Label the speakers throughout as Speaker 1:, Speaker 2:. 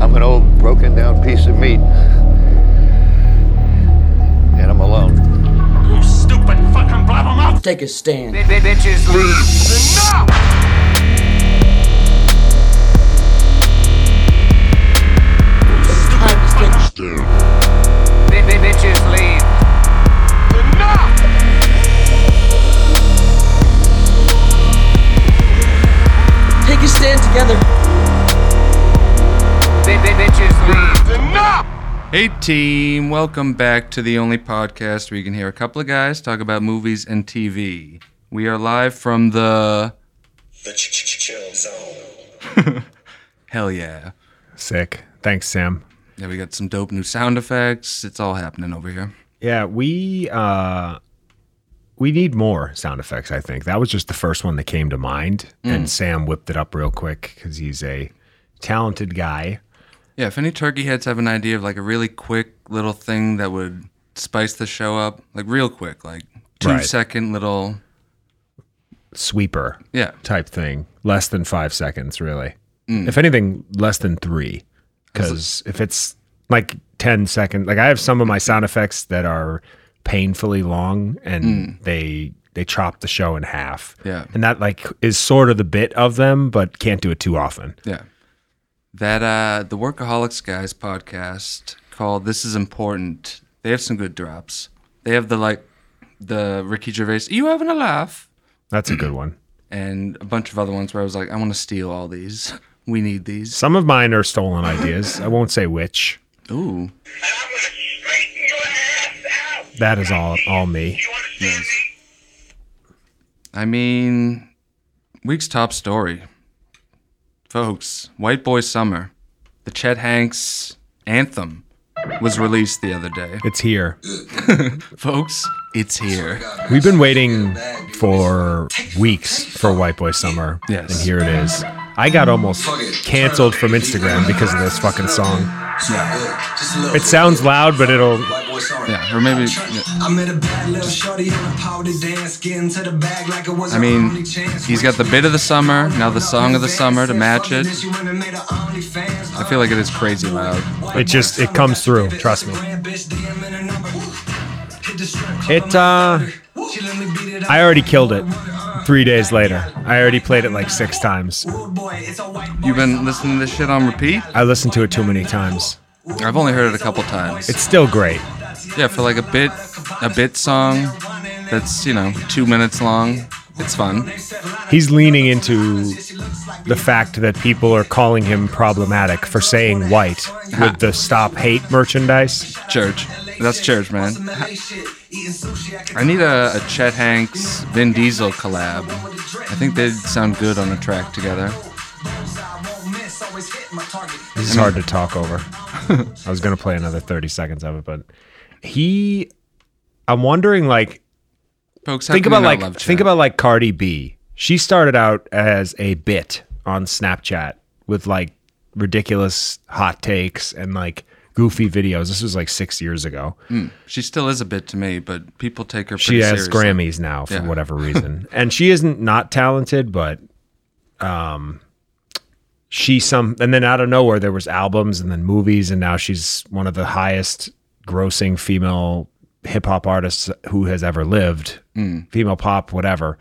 Speaker 1: I'm an old broken down piece of meat. And I'm alone.
Speaker 2: You stupid fucking blabbermouth!
Speaker 3: Take a stand.
Speaker 4: Bitches leave.
Speaker 2: Enough!
Speaker 4: Bitches leave.
Speaker 2: Enough!
Speaker 3: Take a stand together.
Speaker 4: Bitches leave.
Speaker 2: Enough!
Speaker 5: Hey team, welcome back to the only podcast where you can hear a couple of guys talk about movies and TV. We are live from the
Speaker 6: The ch- ch- ch- chill zone.
Speaker 5: hell yeah.
Speaker 7: Sick. Thanks, Sam.
Speaker 5: Yeah, we got some dope new sound effects. It's all happening over here.
Speaker 7: Yeah, we uh we need more sound effects, I think. That was just the first one that came to mind. And Sam whipped it up real quick because he's a talented guy.
Speaker 5: Yeah, if any turkey heads have an idea of like a really quick little thing that would spice the show up, like real quick, like two second
Speaker 7: Right.
Speaker 5: little
Speaker 7: Sweeper
Speaker 5: yeah.
Speaker 7: type thing. Less than five seconds, really. If anything, less than three. Because if it's like 10 seconds, like I have some of my sound effects that are painfully long and they they chop the show in half.
Speaker 5: Yeah.
Speaker 7: And that like is sort of the bit of them, but can't do it too often.
Speaker 5: Yeah. That uh the Workaholics guys podcast called This Is Important. They have some good drops. They have the like the Ricky Gervais, you having a laugh?
Speaker 7: That's a good one.
Speaker 5: And a bunch of other ones where I was like, I want to steal all these. We need these.
Speaker 7: Some of mine are stolen ideas. I won't say which.
Speaker 5: Ooh.
Speaker 7: That is all all me.
Speaker 5: I mean week's top story. Folks, White Boy Summer, the Chet Hanks anthem was released the other day.
Speaker 7: It's here.
Speaker 5: Folks, it's here.
Speaker 7: We've been waiting for weeks for White Boy Summer.
Speaker 5: Yes.
Speaker 7: And here it is. I got almost canceled from Instagram because of this fucking song. It sounds loud, but it'll
Speaker 5: Yeah, or maybe
Speaker 8: I'm in a bad little shorty on a powder dance, getting to the bag like it was
Speaker 5: I mean, he's got the bit of the summer, now the song of the summer to match it. I feel like it is crazy loud.
Speaker 7: it just it comes through, trust me. It uh I already killed it. 3 days later. I already played it like 6 times.
Speaker 5: You've been listening to this shit on repeat?
Speaker 7: I listened to it too many times.
Speaker 5: I've only heard it a couple times.
Speaker 7: It's still great.
Speaker 5: yeah, for like a bit, a bit song that's, you know, two minutes long. It's fun.
Speaker 7: He's leaning into the fact that people are calling him problematic for saying white with the stop hate merchandise.
Speaker 5: Church. That's church, man. I need a, a Chet Hanks, Vin Diesel collab. I think they'd sound good on a track together.
Speaker 7: This is hard to talk over. I was going to play another 30 seconds of it, but he I'm wondering like
Speaker 5: Folks, how
Speaker 7: think
Speaker 5: can you
Speaker 7: about
Speaker 5: not
Speaker 7: like
Speaker 5: love Chet?
Speaker 7: think about like Cardi B. She started out as a bit on Snapchat with like ridiculous hot takes and like goofy videos. This was like 6 years ago.
Speaker 5: She still is a bit to me, but people take her.
Speaker 7: she
Speaker 5: pretty
Speaker 7: has
Speaker 5: seriously.
Speaker 7: Grammys now for
Speaker 5: Yeah.
Speaker 7: whatever reason, and she isn't not talented, but um, she some and then out of nowhere there was albums and then movies, and now she's one of the highest grossing female hip hop artists who has ever lived,
Speaker 5: Mm.
Speaker 7: female pop, whatever.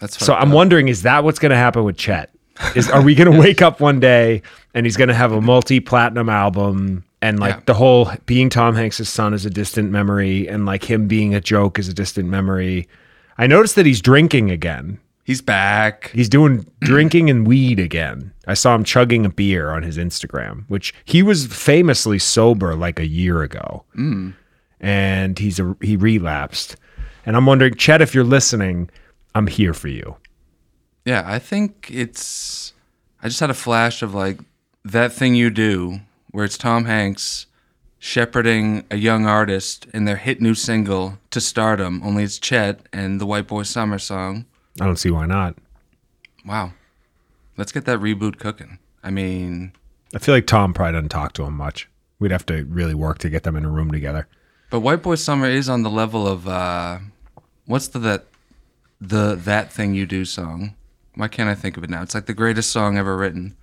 Speaker 5: That's
Speaker 7: So
Speaker 5: fucked
Speaker 7: I'm
Speaker 5: up.
Speaker 7: wondering, is that what's going to happen with Chet? Is are we going to wake up one day and he's going to have a multi-platinum album and like
Speaker 5: Yeah.
Speaker 7: the whole being Tom Hanks' son is a distant memory and like him being a joke is a distant memory. I noticed that he's drinking again.
Speaker 5: He's back.
Speaker 7: He's doing drinking and weed again. I saw him chugging a beer on his Instagram, which he was famously sober like a year ago.
Speaker 5: Hmm.
Speaker 7: And he's a, he relapsed. And I'm wondering, Chet, if you're listening, I'm here for you.
Speaker 5: Yeah, I think it's. I just had a flash of like that thing you do, where it's Tom Hanks shepherding a young artist in their hit new single to stardom. Only it's Chet and the White Boy Summer song.
Speaker 7: I don't see why not.
Speaker 5: Wow, let's get that reboot cooking. I mean,
Speaker 7: I feel like Tom probably doesn't talk to him much. We'd have to really work to get them in a room together.
Speaker 5: but White Boy Summer is on the level of uh, what's the that the that thing you do song. Why can't I think of it now? It's like the greatest song ever written.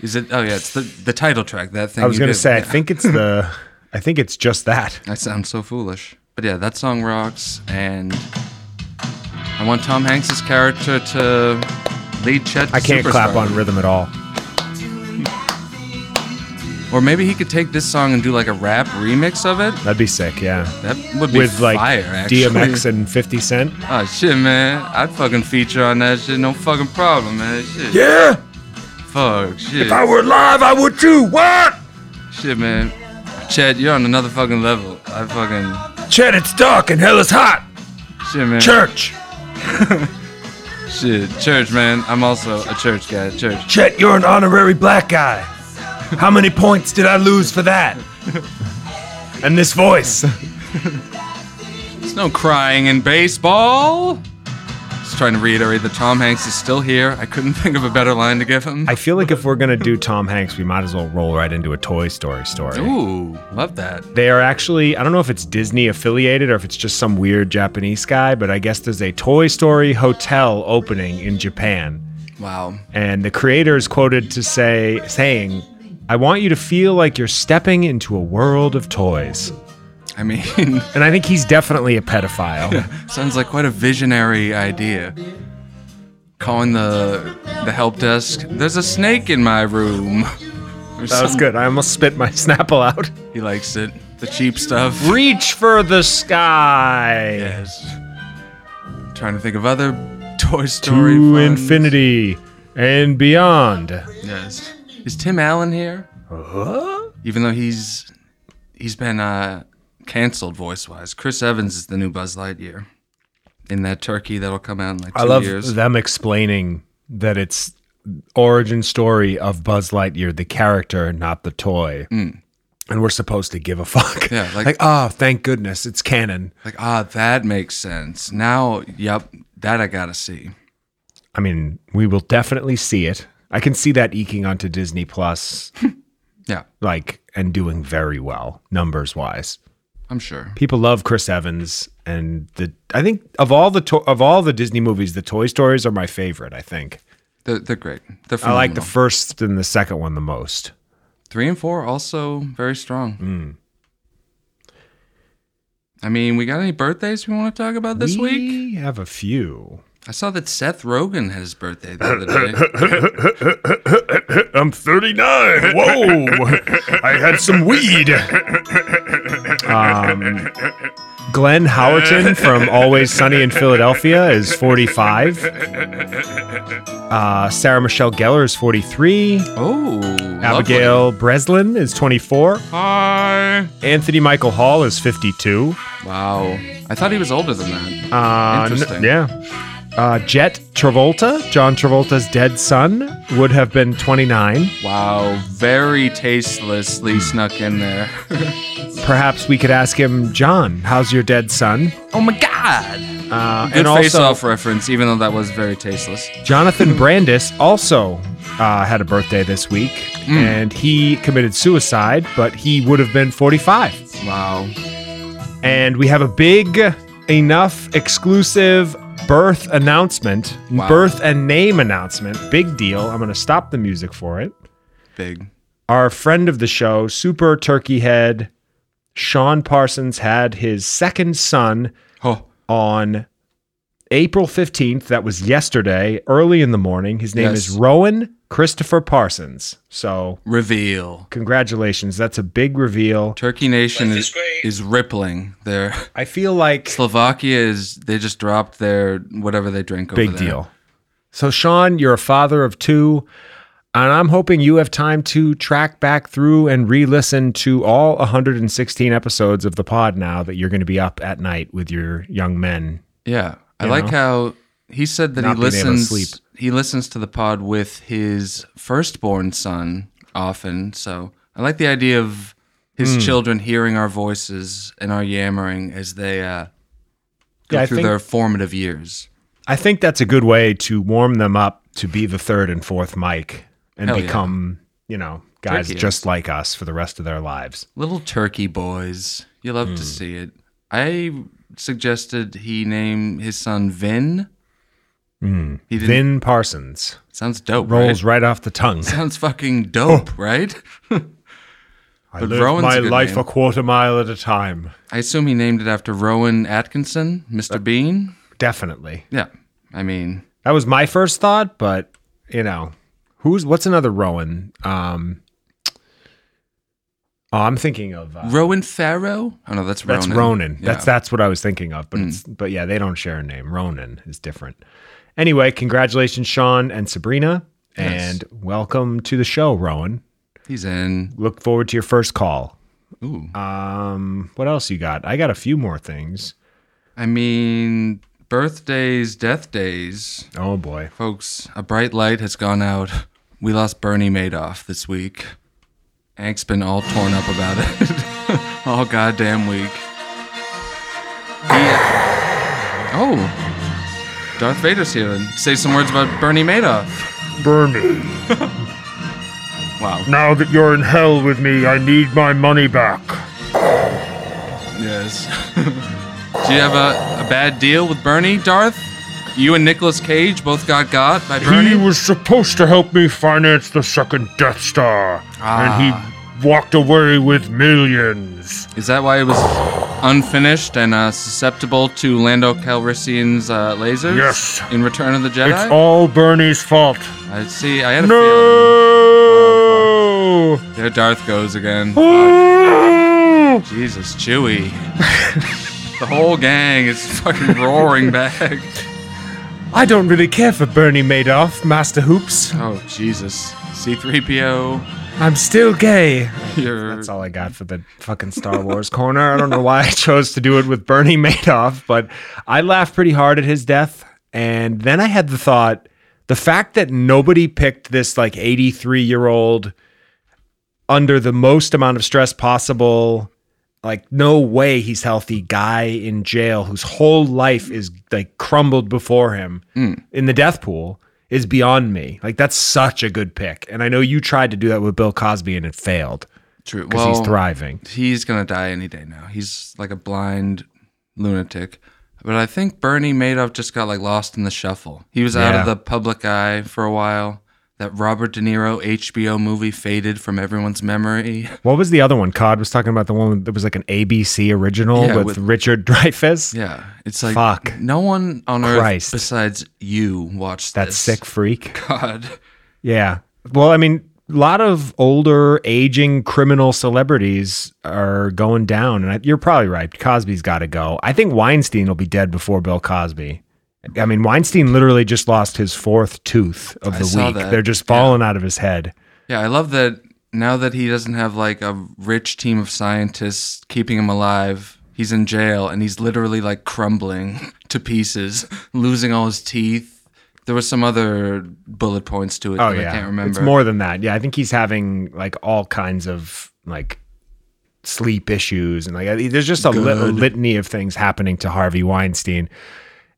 Speaker 5: Is it? Oh yeah, it's the the title track. That thing.
Speaker 7: I was
Speaker 5: You
Speaker 7: gonna
Speaker 5: Do.
Speaker 7: say, I
Speaker 5: Yeah.
Speaker 7: think it's the, I think it's just that.
Speaker 5: I sound so foolish. But yeah, that song rocks, and I want Tom Hanks's character to lead Chet. to
Speaker 7: I can't clap
Speaker 5: Superstar.
Speaker 7: on rhythm at all.
Speaker 5: Or maybe he could take this song and do like a rap remix of it.
Speaker 7: That'd be sick, yeah.
Speaker 5: That would be
Speaker 7: With like
Speaker 5: fire, actually.
Speaker 7: DMX and 50 Cent.
Speaker 5: Oh shit, man! I'd fucking feature on that shit. No fucking problem, man. Shit.
Speaker 7: Yeah,
Speaker 5: Fuck shit.
Speaker 7: were live, I would too. What?
Speaker 5: Shit, man. Chet, you're on another fucking level. I fucking
Speaker 7: Chet, it's dark and hell is hot.
Speaker 5: shit, man.
Speaker 7: Church,
Speaker 5: Shit, church, man. I'm also a church guy. Church.
Speaker 7: Chet, you're an honorary black guy. How many points did I lose for that? And this voice.
Speaker 5: There's no crying in baseball. Just trying to reiterate that Tom Hanks is still here. I couldn't think of a better line to give him.
Speaker 7: I feel like if we're gonna do Tom Hanks, we might as well roll right into a Toy Story story.
Speaker 5: Ooh, love that.
Speaker 7: They are actually, I don't know if it's Disney affiliated or if it's just some weird Japanese guy, but I guess there's a Toy Story hotel opening in Japan.
Speaker 5: Wow.
Speaker 7: And the creator is quoted to say, saying, I want you to feel like you're stepping into a world of toys.
Speaker 5: I mean,
Speaker 7: And I think he's definitely a pedophile.
Speaker 5: sounds like quite a visionary idea. Calling the the help desk. There's a snake in my room. Or
Speaker 7: that was
Speaker 5: some-
Speaker 7: good. I almost spit my Snapple out.
Speaker 5: He likes it. The cheap stuff.
Speaker 7: Reach for the sky.
Speaker 5: Yes. Trying to think of other Toy Story.
Speaker 7: To
Speaker 5: funds.
Speaker 7: infinity and beyond.
Speaker 5: Yes. Is Tim Allen here? Even though he's he's been uh, canceled voice wise. Chris Evans is the new Buzz Lightyear in that turkey that'll come out in like two
Speaker 7: I love
Speaker 5: years.
Speaker 7: them explaining that it's origin story of Buzz Lightyear, the character, not the toy. And we're supposed to give a fuck.
Speaker 5: Mm. Yeah, like-
Speaker 7: like, oh, thank goodness, it's canon.
Speaker 5: Like ah, that makes sense. Now, yep, that I gotta see.
Speaker 7: I mean, we will definitely see it. I can see that eking onto Disney Plus,
Speaker 5: Yeah,
Speaker 7: like, and doing very well numbers wise.
Speaker 5: I'm sure.
Speaker 7: People love Chris Evans, and the I think of all the to- of all the Disney movies, the Toy Stories are my favorite. I think
Speaker 5: They're, they're great. They're
Speaker 7: I
Speaker 5: phenomenal.
Speaker 7: like the first and the second one the most.
Speaker 5: three and four also very strong.
Speaker 7: Mm.
Speaker 5: I mean, we got any birthdays we want to talk about this week?
Speaker 7: we have a few.
Speaker 5: I saw that Seth Rogen had his birthday the other day.
Speaker 7: I'm 39. Whoa. I had some weed. Um, Glenn Howerton from Always Sunny in Philadelphia is 45. Uh, Sarah Michelle Gellar is 43.
Speaker 5: Oh,
Speaker 7: Abigail Breslin is 24.
Speaker 5: Hi.
Speaker 7: Anthony Michael Hall is 52.
Speaker 5: Wow. I thought he was older than that.
Speaker 7: Uh, n-
Speaker 5: Interesting.
Speaker 7: yeah. Uh, Jet Travolta, John Travolta's dead son, would have been 29.
Speaker 5: Wow. Very
Speaker 7: Mm.
Speaker 5: tastelessly snuck in there.
Speaker 7: Perhaps we could ask him, John, how's your dead son?
Speaker 5: oh my God.
Speaker 7: Uh,
Speaker 5: Good
Speaker 7: and also,
Speaker 5: face-off reference, even though that was very tasteless.
Speaker 7: Jonathan Brandis also uh, had a birthday this week, and he committed suicide, but he would have been 45.
Speaker 5: Wow.
Speaker 7: And we have a big enough exclusive birth announcement,
Speaker 5: Wow.
Speaker 7: birth and name announcement. Big deal. I'm going to stop the music for it.
Speaker 5: Big.
Speaker 7: Our friend of the show, Super Turkey Head, Sean Parsons, had his second son
Speaker 5: Oh.
Speaker 7: on April 15th. That was yesterday, early in the morning. His name
Speaker 5: Yes.
Speaker 7: is Rowan Christopher Parsons. So,
Speaker 5: Reveal.
Speaker 7: congratulations. That's a big reveal.
Speaker 5: Turkey Nation
Speaker 6: Life
Speaker 5: is,
Speaker 6: is great.
Speaker 5: is rippling. Their
Speaker 7: I feel like
Speaker 5: Slovakia is they just dropped their whatever they drink over
Speaker 7: big
Speaker 5: there.
Speaker 7: deal. So, Sean, you're a father of two. And I'm hoping you have time to track back through and re listen to all 116 episodes of the pod now that you're going to be up at night with your young men.
Speaker 5: Yeah, I like how he said that he
Speaker 7: Not being able to
Speaker 5: listens.
Speaker 7: sleep.
Speaker 5: He listens to the pod with his firstborn son often. So I like the idea of his
Speaker 7: Hmm.
Speaker 5: children hearing our voices and our yammering as they uh, go
Speaker 7: Yeah, I
Speaker 5: through
Speaker 7: think-
Speaker 5: their formative years.
Speaker 7: I think that's a good way to warm them up to be the third and fourth mic and
Speaker 5: Hell yeah.
Speaker 7: become, you know, guys
Speaker 5: Turkey.
Speaker 7: just like us for the rest of their lives.
Speaker 5: Little turkey boys, you love
Speaker 7: Hmm.
Speaker 5: to see it. I suggested he name his son Vin He didn't,
Speaker 7: Hmm. Vin Parsons
Speaker 5: sounds dope.
Speaker 7: rolls
Speaker 5: right?
Speaker 7: right, Oh. off the tongue.
Speaker 5: Sounds fucking dope, right?
Speaker 7: I
Speaker 5: But
Speaker 7: live
Speaker 5: Rowan's
Speaker 7: my
Speaker 5: a good
Speaker 7: life
Speaker 5: name.
Speaker 7: a quarter mile at a time.
Speaker 5: I assume he named it after Rowan Atkinson, Mr.
Speaker 7: Uh.
Speaker 5: Bean.
Speaker 7: Definitely.
Speaker 5: Yeah, I mean,
Speaker 7: That was my first thought, but you know, who's what's another Rowan? Um, oh, I'm thinking of uh,
Speaker 5: Rowan Farrow. Oh no, that's Ronan.
Speaker 7: that's Ronan.
Speaker 5: Yeah. Hmm.
Speaker 7: That's that's what I was thinking of, but it's, but yeah, they don't share a name. Ronan is different. Anyway, congratulations, Sean and Sabrina, and welcome to the show, Rowan.
Speaker 5: He's in.
Speaker 7: Look forward to your first call.
Speaker 5: Ooh.
Speaker 7: Um, what else you got? I got a few more things.
Speaker 5: I mean, birthdays, death days.
Speaker 7: Oh boy,
Speaker 5: Folks, a bright light has gone out. We lost Bernie Madoff this week. Hank's been all torn up about it all goddamn week. He- oh, Darth Vader's here. and Say some words about Bernie Madoff.
Speaker 9: Bernie,
Speaker 5: Wow.
Speaker 9: now that you're in hell with me, I need my money back.
Speaker 5: Yes. Do you have a, a bad deal with Bernie, Darth? You and Nicolas Cage both got got by
Speaker 9: He
Speaker 5: Bernie.
Speaker 9: was supposed to help me finance the second Death Star, and he walked away with millions.
Speaker 5: Is that why it was unfinished and uh, susceptible to Lando Calrissian's uh, lasers?
Speaker 9: Yes.
Speaker 5: In Return of the Jedi.
Speaker 9: It's all Bernie's fault.
Speaker 5: I see. I had a
Speaker 9: No!
Speaker 5: feeling. There, Darth goes again.
Speaker 9: Oh!
Speaker 5: Jesus, Chewie. the whole gang is fucking roaring back.
Speaker 7: I don't really care for Bernie Madoff, Master Hoops.
Speaker 5: Oh Jesus. C-3PO.
Speaker 7: I'm still gay.
Speaker 5: You're.
Speaker 7: That's all I got for the fucking Star Wars corner. I don't know why I chose to do it with Bernie Madoff, but I laughed pretty hard at his death. And then I had the thought the fact that nobody picked this like 83 year old under the most amount of stress possible, like no way he's healthy guy in jail whose whole life is like crumbled before him in the death pool is beyond me. Like that's such a good pick. And I know you tried to do that with Bill Cosby and it failed
Speaker 5: True.
Speaker 7: because
Speaker 5: Well,
Speaker 7: he's thriving.
Speaker 5: he's gonna die any day now. He's like a blind lunatic. But I think Bernie Madoff just got like lost in the shuffle. He was out
Speaker 7: Yeah.
Speaker 5: of the public eye for a while. That Robert De Niro HBO movie faded from everyone's memory.
Speaker 7: What was the other one? Cod was talking about the one that was like an ABC original
Speaker 5: Yeah,
Speaker 7: with,
Speaker 5: with-
Speaker 7: Richard Dreyfuss.
Speaker 5: Yeah, it's like
Speaker 7: Fuck.
Speaker 5: No one on
Speaker 7: Christ.
Speaker 5: earth besides you watched
Speaker 7: That
Speaker 5: this.
Speaker 7: sick freak.
Speaker 5: God.
Speaker 7: Yeah. Well, I mean, a lot of older, aging criminal celebrities are going down, and I, you're probably right. Cosby's got to go. I think Weinstein will be dead before Bill Cosby. I mean, Weinstein literally just lost his fourth tooth of
Speaker 5: I
Speaker 7: the
Speaker 5: saw
Speaker 7: week.
Speaker 5: that.
Speaker 7: They're just falling out of his head.
Speaker 5: Yeah, I love that. Now that he doesn't have like a rich team of scientists keeping him alive, he's in jail and he's literally like crumbling to pieces, losing all his teeth. There was some other bullet points to it
Speaker 7: Oh
Speaker 5: that
Speaker 7: yeah,
Speaker 5: I can't remember.
Speaker 7: It's more than that. Yeah, I think he's having like all kinds of like sleep issues and like there's just a, lit- a litany of things happening to Harvey Weinstein,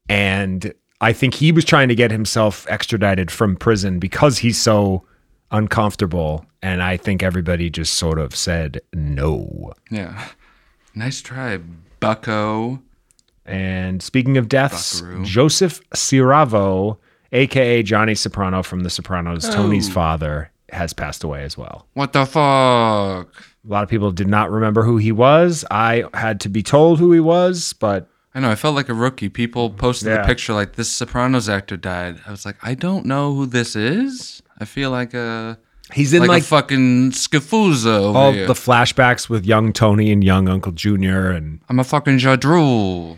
Speaker 7: and I think he was trying to get himself extradited from prison because he's so uncomfortable, and I think everybody just sort of said no.
Speaker 5: Yeah. Nice try, Bucko.
Speaker 7: And speaking of deaths,
Speaker 5: Buckaroo.
Speaker 7: Joseph Ciravo, aka Johnny Soprano from The Sopranos, Tony's
Speaker 5: Oh.
Speaker 7: father, has passed away as well.
Speaker 5: What the fuck?
Speaker 7: A lot of people did not remember who he was. I had to be told who he was, but
Speaker 5: I know. I felt like a rookie. People posted
Speaker 7: Yeah.
Speaker 5: the picture like this Sopranos actor died. I was like, I don't know who this is. I feel like a
Speaker 7: he's in
Speaker 5: like,
Speaker 7: like,
Speaker 5: a fucking Scafuza over
Speaker 7: all
Speaker 5: here.
Speaker 7: the flashbacks with young Tony and young Uncle Junior, and
Speaker 5: I'm a fucking Jadrul.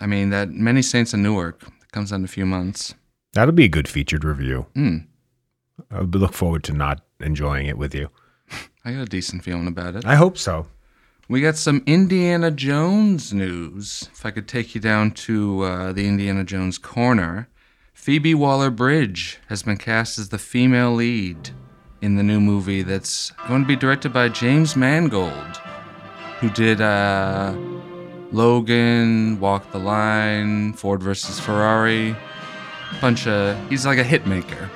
Speaker 5: I mean, that many saints in Newark that comes out in a few months.
Speaker 7: that'll be a good featured review.
Speaker 5: Hmm.
Speaker 7: I look forward to not enjoying it with you.
Speaker 5: I got a decent feeling about it.
Speaker 7: I hope so.
Speaker 5: We got some Indiana Jones news. If I could take you down to uh, the Indiana Jones corner, Phoebe Waller Bridge has been cast as the female lead in the new movie that's going to be directed by James Mangold, who did uh, Logan, Walk the Line, Ford versus Ferrari. Bunch of. He's like a hit maker.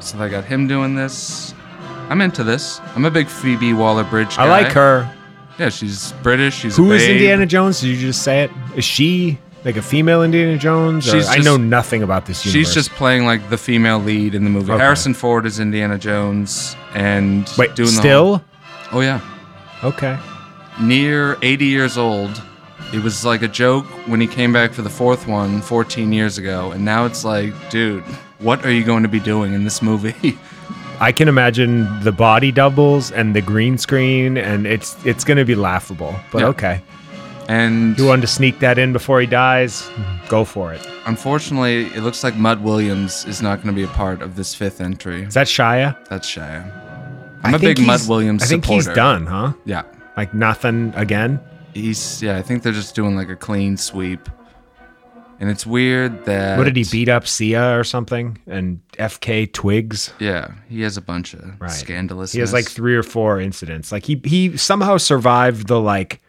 Speaker 5: So they got him doing this. I'm into this. I'm a big Phoebe Waller Bridge guy.
Speaker 7: I like her.
Speaker 5: Yeah, she's British. She's
Speaker 7: Who
Speaker 5: a
Speaker 7: is
Speaker 5: babe.
Speaker 7: Indiana Jones? Did you just say it? Is she? like a female Indiana Jones? Or,
Speaker 5: She's
Speaker 7: I
Speaker 5: just-
Speaker 7: know nothing about this universe.
Speaker 5: She's just playing like the female lead in the movie.
Speaker 7: Okay.
Speaker 5: Harrison Ford is Indiana Jones and
Speaker 7: wait,
Speaker 5: doing
Speaker 7: still
Speaker 5: The whole, oh yeah,
Speaker 7: okay.
Speaker 5: near 80 years old. It was like a joke when he came back for the fourth one 14 years ago, and now it's like, dude, what are you going to be doing in this movie?
Speaker 7: I can imagine the body doubles and the green screen, and it's it's gonna be laughable. But
Speaker 5: Yeah.
Speaker 7: okay,
Speaker 5: and
Speaker 7: you wanted to sneak that in before he dies? Go for it.
Speaker 5: unfortunately, it looks like Mud Williams is not going to be a part of this fifth entry.
Speaker 7: Is that Shia?
Speaker 5: That's Shia.
Speaker 7: I
Speaker 5: I'm a
Speaker 7: think
Speaker 5: big Mud
Speaker 7: he's-
Speaker 5: Williams
Speaker 7: I think
Speaker 5: supporter.
Speaker 7: he's done, huh?
Speaker 5: Yeah,
Speaker 7: Like nothing again.
Speaker 5: he's yeah. I think they're just doing like a clean sweep, and it's weird that
Speaker 7: What did he beat up Sia or something? And FK Twigs.
Speaker 5: Yeah, he has a bunch of
Speaker 7: Right.
Speaker 5: scandalous.
Speaker 7: He has like three or four incidents. Like he he somehow survived the like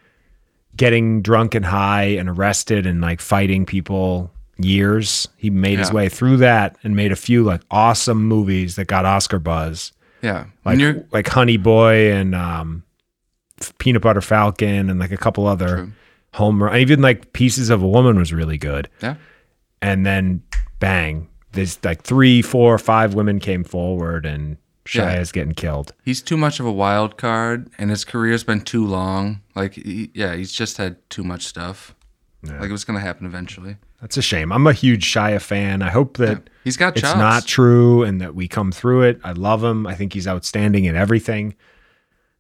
Speaker 7: getting drunk and high and arrested and like fighting people years. He made his
Speaker 5: Yeah.
Speaker 7: way through that and made a few like awesome movies that got Oscar buzz.
Speaker 5: yeah.
Speaker 7: Like
Speaker 5: When you're
Speaker 7: like Honey Boy and um F- Peanut Butter Falcon and like a couple other
Speaker 5: True.
Speaker 7: home run. Even like Pieces of a Woman was really good.
Speaker 5: yeah,
Speaker 7: And then bang, there's like three, four, five women came forward and
Speaker 5: Yeah.
Speaker 7: Shia's getting killed.
Speaker 5: he's too much of a wild card, and his career's been too long. Like, he, yeah, he's just had too much stuff. Like it was gonna happen eventually.
Speaker 7: That's a shame. I'm a huge Shia fan. I hope that
Speaker 5: He's got
Speaker 7: it's
Speaker 5: chops.
Speaker 7: not true and that we come through it. I love him. I think he's outstanding in everything.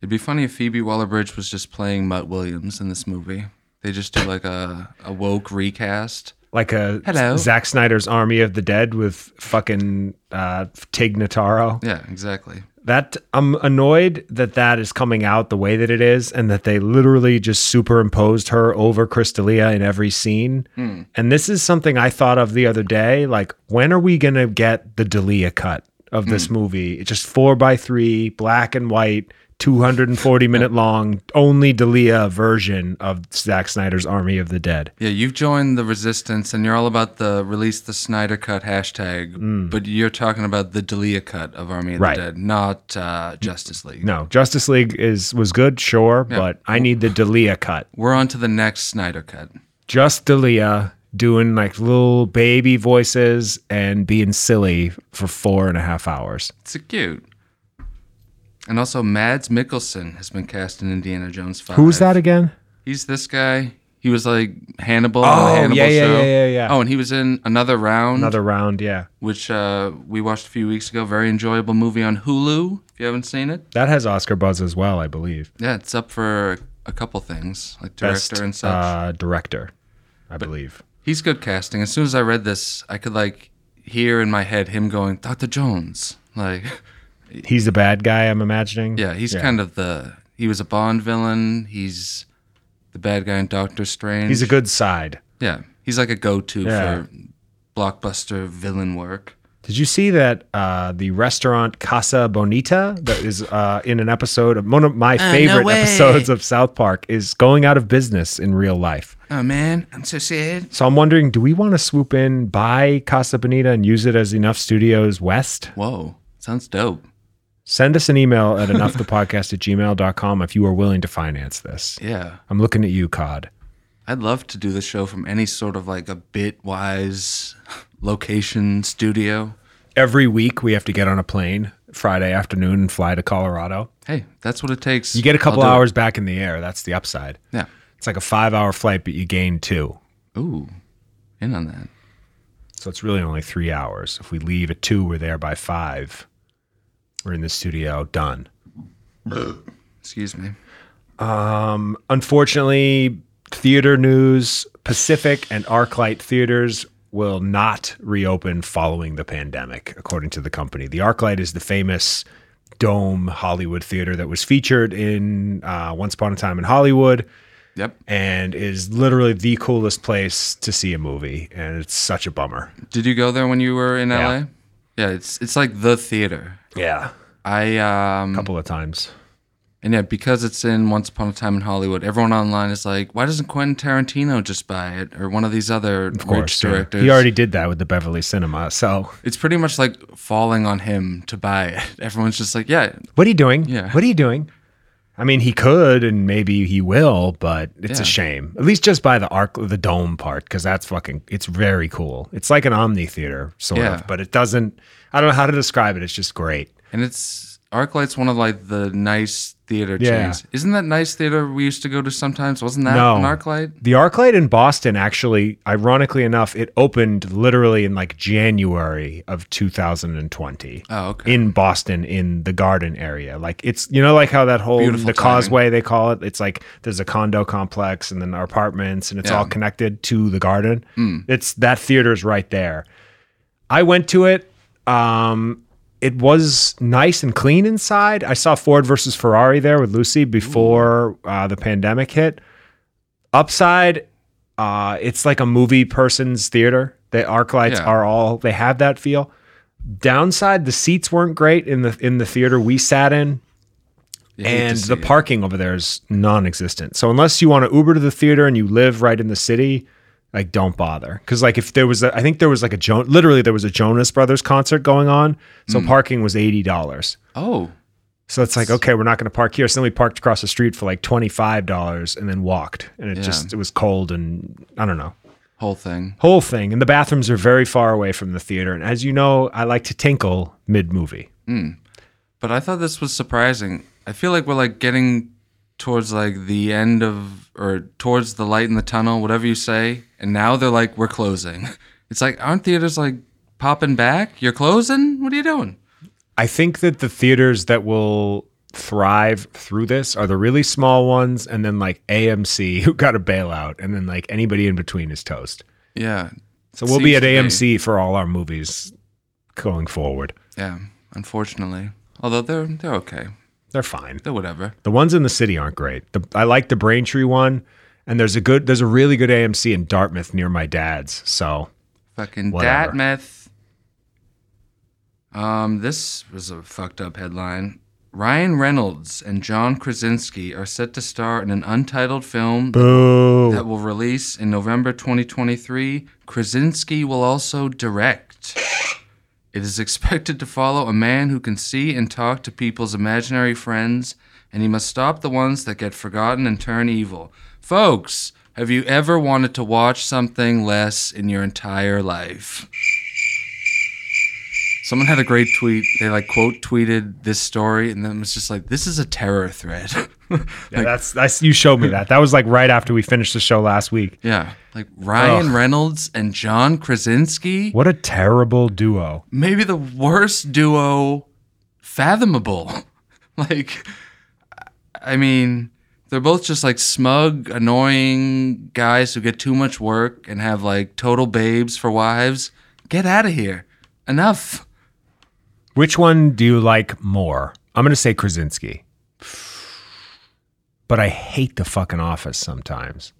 Speaker 5: It'd be funny if Phoebe Waller-Bridge was just playing Mutt Williams in this movie. They just do like a, a woke recast.
Speaker 7: Like a
Speaker 5: Hello.
Speaker 7: Zack Snyder's Army of the Dead with fucking uh, Tig Notaro.
Speaker 5: Yeah, exactly.
Speaker 7: That I'm annoyed that that is coming out the way that it is, and that they literally just superimposed her over Crystalia in every scene. And this is something I thought of the other day. Like, when are we gonna get the Delia cut of this movie? It's just four by three, black and white, 240 minute long, only Delia version of Zack Snyder's Army of the Dead.
Speaker 5: Yeah, you've joined the resistance, and you're all about the release the Snyder Cut hashtag, but you're talking about the Delia Cut of Army of
Speaker 7: Mm. Right.
Speaker 5: the Dead, not uh, Justice League.
Speaker 7: No, Justice League is was good, sure, but I need the Delia cut.
Speaker 5: We're on to the next Snyder Cut.
Speaker 7: just Dalia doing like little baby voices and being silly for four and a half hours.
Speaker 5: It's cute. And also, Mads Mikkelsen has been cast in Indiana Jones 5.
Speaker 7: Who's that again?
Speaker 5: He's this guy. He was like Hannibal on the
Speaker 7: Oh,
Speaker 5: Hannibal
Speaker 7: yeah, yeah,
Speaker 5: show.
Speaker 7: yeah, yeah, yeah.
Speaker 5: Oh, and he was in Another Round,
Speaker 7: Another round, yeah.
Speaker 5: which uh, we watched a few weeks ago. Very enjoyable movie on Hulu, if you haven't seen it.
Speaker 7: That has Oscar buzz as well, I believe.
Speaker 5: Yeah, it's up for a couple things, like director
Speaker 7: Best,
Speaker 5: and such.
Speaker 7: Uh, director, I believe.
Speaker 5: He's good casting. As soon as I read this, I could like hear in my head him going, Dr. Jones. Like,
Speaker 7: He's the bad guy, I'm imagining.
Speaker 5: yeah, he's kind of the, he was a Bond villain. He's the bad guy in Doctor Strange.
Speaker 7: He's a good side.
Speaker 5: Yeah, he's like a go-to
Speaker 7: Yeah.
Speaker 5: for blockbuster villain work.
Speaker 7: Did you see that uh, the restaurant Casa Bonita that is uh, in an episode of one of my favorite episodes of South Park is going out of business in real life?
Speaker 5: Oh man, I'm so sad.
Speaker 7: So I'm wondering, do we want to swoop in, buy Casa Bonita, and use it as Enough Studios West?
Speaker 5: Whoa, sounds dope.
Speaker 7: Send us an email at enoughthepodcast at gmail.com if you are willing to finance this.
Speaker 5: Yeah,
Speaker 7: I'm looking at you, Cod.
Speaker 5: I'd love to do the show from any sort of like a bit-wise location studio.
Speaker 7: Every week we have to get on a plane Friday afternoon and fly to Colorado.
Speaker 5: Hey, that's what it takes.
Speaker 7: You get a couple
Speaker 5: I'll do
Speaker 7: hours back in the air. That's the upside.
Speaker 5: It. Yeah.
Speaker 7: It's like a five hour flight, but you gain two.
Speaker 5: Ooh, in on that.
Speaker 7: So it's really only three hours. If we leave at two, we're there by five. We're in the studio, done.
Speaker 5: Excuse me.
Speaker 7: unfortunately, theater news, Pacific and ArcLight theaters will not reopen following the pandemic, according to the company. The ArcLight is the famous dome Hollywood theater that was featured in uh, Once Upon a Time in Hollywood
Speaker 5: Yep.
Speaker 7: and is literally the coolest place to see a movie. And it's such a bummer.
Speaker 5: Did you go there when you were in
Speaker 7: Yeah.
Speaker 5: LA? Yeah, it's it's like the theater.
Speaker 7: Yeah.
Speaker 5: I um
Speaker 7: A couple of times.
Speaker 5: And yeah, because it's in Once Upon a Time in Hollywood, everyone online is like, why doesn't Quentin Tarantino just buy it or one of these other
Speaker 7: Of
Speaker 5: rich
Speaker 7: course. yeah.
Speaker 5: directors?
Speaker 7: He already did that with the Beverly Cinema. So
Speaker 5: It's pretty much like falling on him to buy it. Everyone's just like, yeah,
Speaker 7: what are you doing?
Speaker 5: Yeah.
Speaker 7: What are you doing? I mean, he could, and maybe he will, but it's
Speaker 5: Yeah.
Speaker 7: a shame. At least just by the arc, the dome part, because that's fucking. It's very cool. It's like an omni theater, sort
Speaker 5: Yeah.
Speaker 7: of, but it doesn't. I don't know how to describe it. It's just great.
Speaker 5: And it's ArcLight's one of like the nice theater
Speaker 7: Yeah.
Speaker 5: chains. Isn't that nice theater we used to go to sometimes? Wasn't that
Speaker 7: no,
Speaker 5: an ArcLight?
Speaker 7: The ArcLight in Boston actually, ironically enough, it opened literally in like January of 2020.
Speaker 5: Oh, okay.
Speaker 7: in Boston in the garden area. Like it's you know like how that whole
Speaker 5: Beautiful
Speaker 7: the
Speaker 5: timing.
Speaker 7: causeway they call it. It's like there's a condo complex and then apartments and it's
Speaker 5: Yeah. Mm.
Speaker 7: all connected to the garden. It's that theater's right there. I went to it. Um it was nice and clean inside. I saw Ford versus Ferrari there with Lucy before uh, the pandemic hit. Upside, uh, it's like a movie person's theater. The arc lights
Speaker 5: Yeah.
Speaker 7: are all they have that feel downside the seats weren't great in the in the theater we sat in
Speaker 5: You hate to
Speaker 7: and
Speaker 5: see
Speaker 7: the
Speaker 5: it.
Speaker 7: parking over there is non-existent so unless you want to uber to the theater and you live right in the city like don't bother because like if there was a, i think there was like a jo- literally there was a jonas brothers concert going on
Speaker 5: Hmm.
Speaker 7: so parking was $80
Speaker 5: Oh,
Speaker 7: so it's like okay we're not going to park here so then we parked across the street for like $25 and then walked and it
Speaker 5: Yeah.
Speaker 7: just it was cold and i don't know
Speaker 5: whole thing.
Speaker 7: whole thing and the bathrooms are very far away from the theater and as you know i like to tinkle mid-movie
Speaker 5: But I thought this was surprising. I feel like we're like getting towards like the end of or towards the light in the tunnel, whatever you say. And now they're like, we're closing. It's like, aren't theaters like popping back? You're closing? What are you doing?
Speaker 7: I think that the theaters that will thrive through this are the really small ones and then like AMC who got a bailout and then like anybody in between is toast.
Speaker 5: Yeah.
Speaker 7: So we'll be
Speaker 5: Seems
Speaker 7: at
Speaker 5: to be.
Speaker 7: AMC for all our movies going forward.
Speaker 5: Yeah. Unfortunately. Although they're they're okay.
Speaker 7: They're fine.
Speaker 5: They're whatever.
Speaker 7: The ones in the city aren't great. The, I like the Braintree one and there's a good there's a really good AMC in Dartmouth near my dad's. So
Speaker 5: Fucking
Speaker 7: Whatever.
Speaker 5: Datmouth. Um, this was a fucked up headline. Ryan Reynolds and John Krasinski are set to star in an untitled film that will release in November 2023. Krasinski will also direct. It is expected to follow a man who can see and talk to people's imaginary friends, and he must stop the ones that get forgotten and turn evil. Folks, have you ever wanted to watch something less in your entire life? Someone had a great tweet. They like quote tweeted this story, and then it was just like, "This is a terror threat."
Speaker 7: yeah, that's that's you showed me that. That was like right after we finished the show last week.
Speaker 5: Yeah, like Ryan Reynolds and John Krasinski,
Speaker 7: What a terrible duo.
Speaker 5: maybe the worst duo fathomable. like, I mean, they're both just like smug, annoying guys who get too much work and have like total babes for wives. Get out of here. Enough.
Speaker 7: Which one do you like more? I'm going to say Krasinski. But I hate the fucking office sometimes.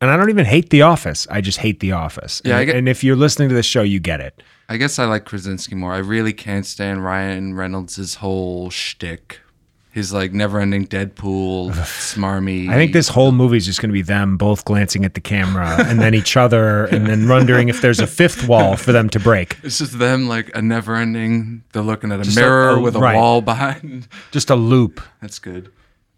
Speaker 7: And I don't even hate the office. I just hate the office.
Speaker 5: Yeah, I
Speaker 7: and,
Speaker 5: get-
Speaker 7: and if you're listening to this show, you get it.
Speaker 5: I guess I like Krasinski more. I really can't stand Ryan Reynolds' whole shtick. His like never ending Deadpool, smarmy.
Speaker 7: I think this whole movie is just going to be them both glancing at the camera and then each other and then wondering if there's a fifth wall for them to break.
Speaker 5: It's just them like a never ending. They're looking at a
Speaker 7: Just a-
Speaker 5: mirror
Speaker 7: a-
Speaker 5: with a
Speaker 7: right.
Speaker 5: wall behind.
Speaker 7: Just a loop.
Speaker 5: That's good.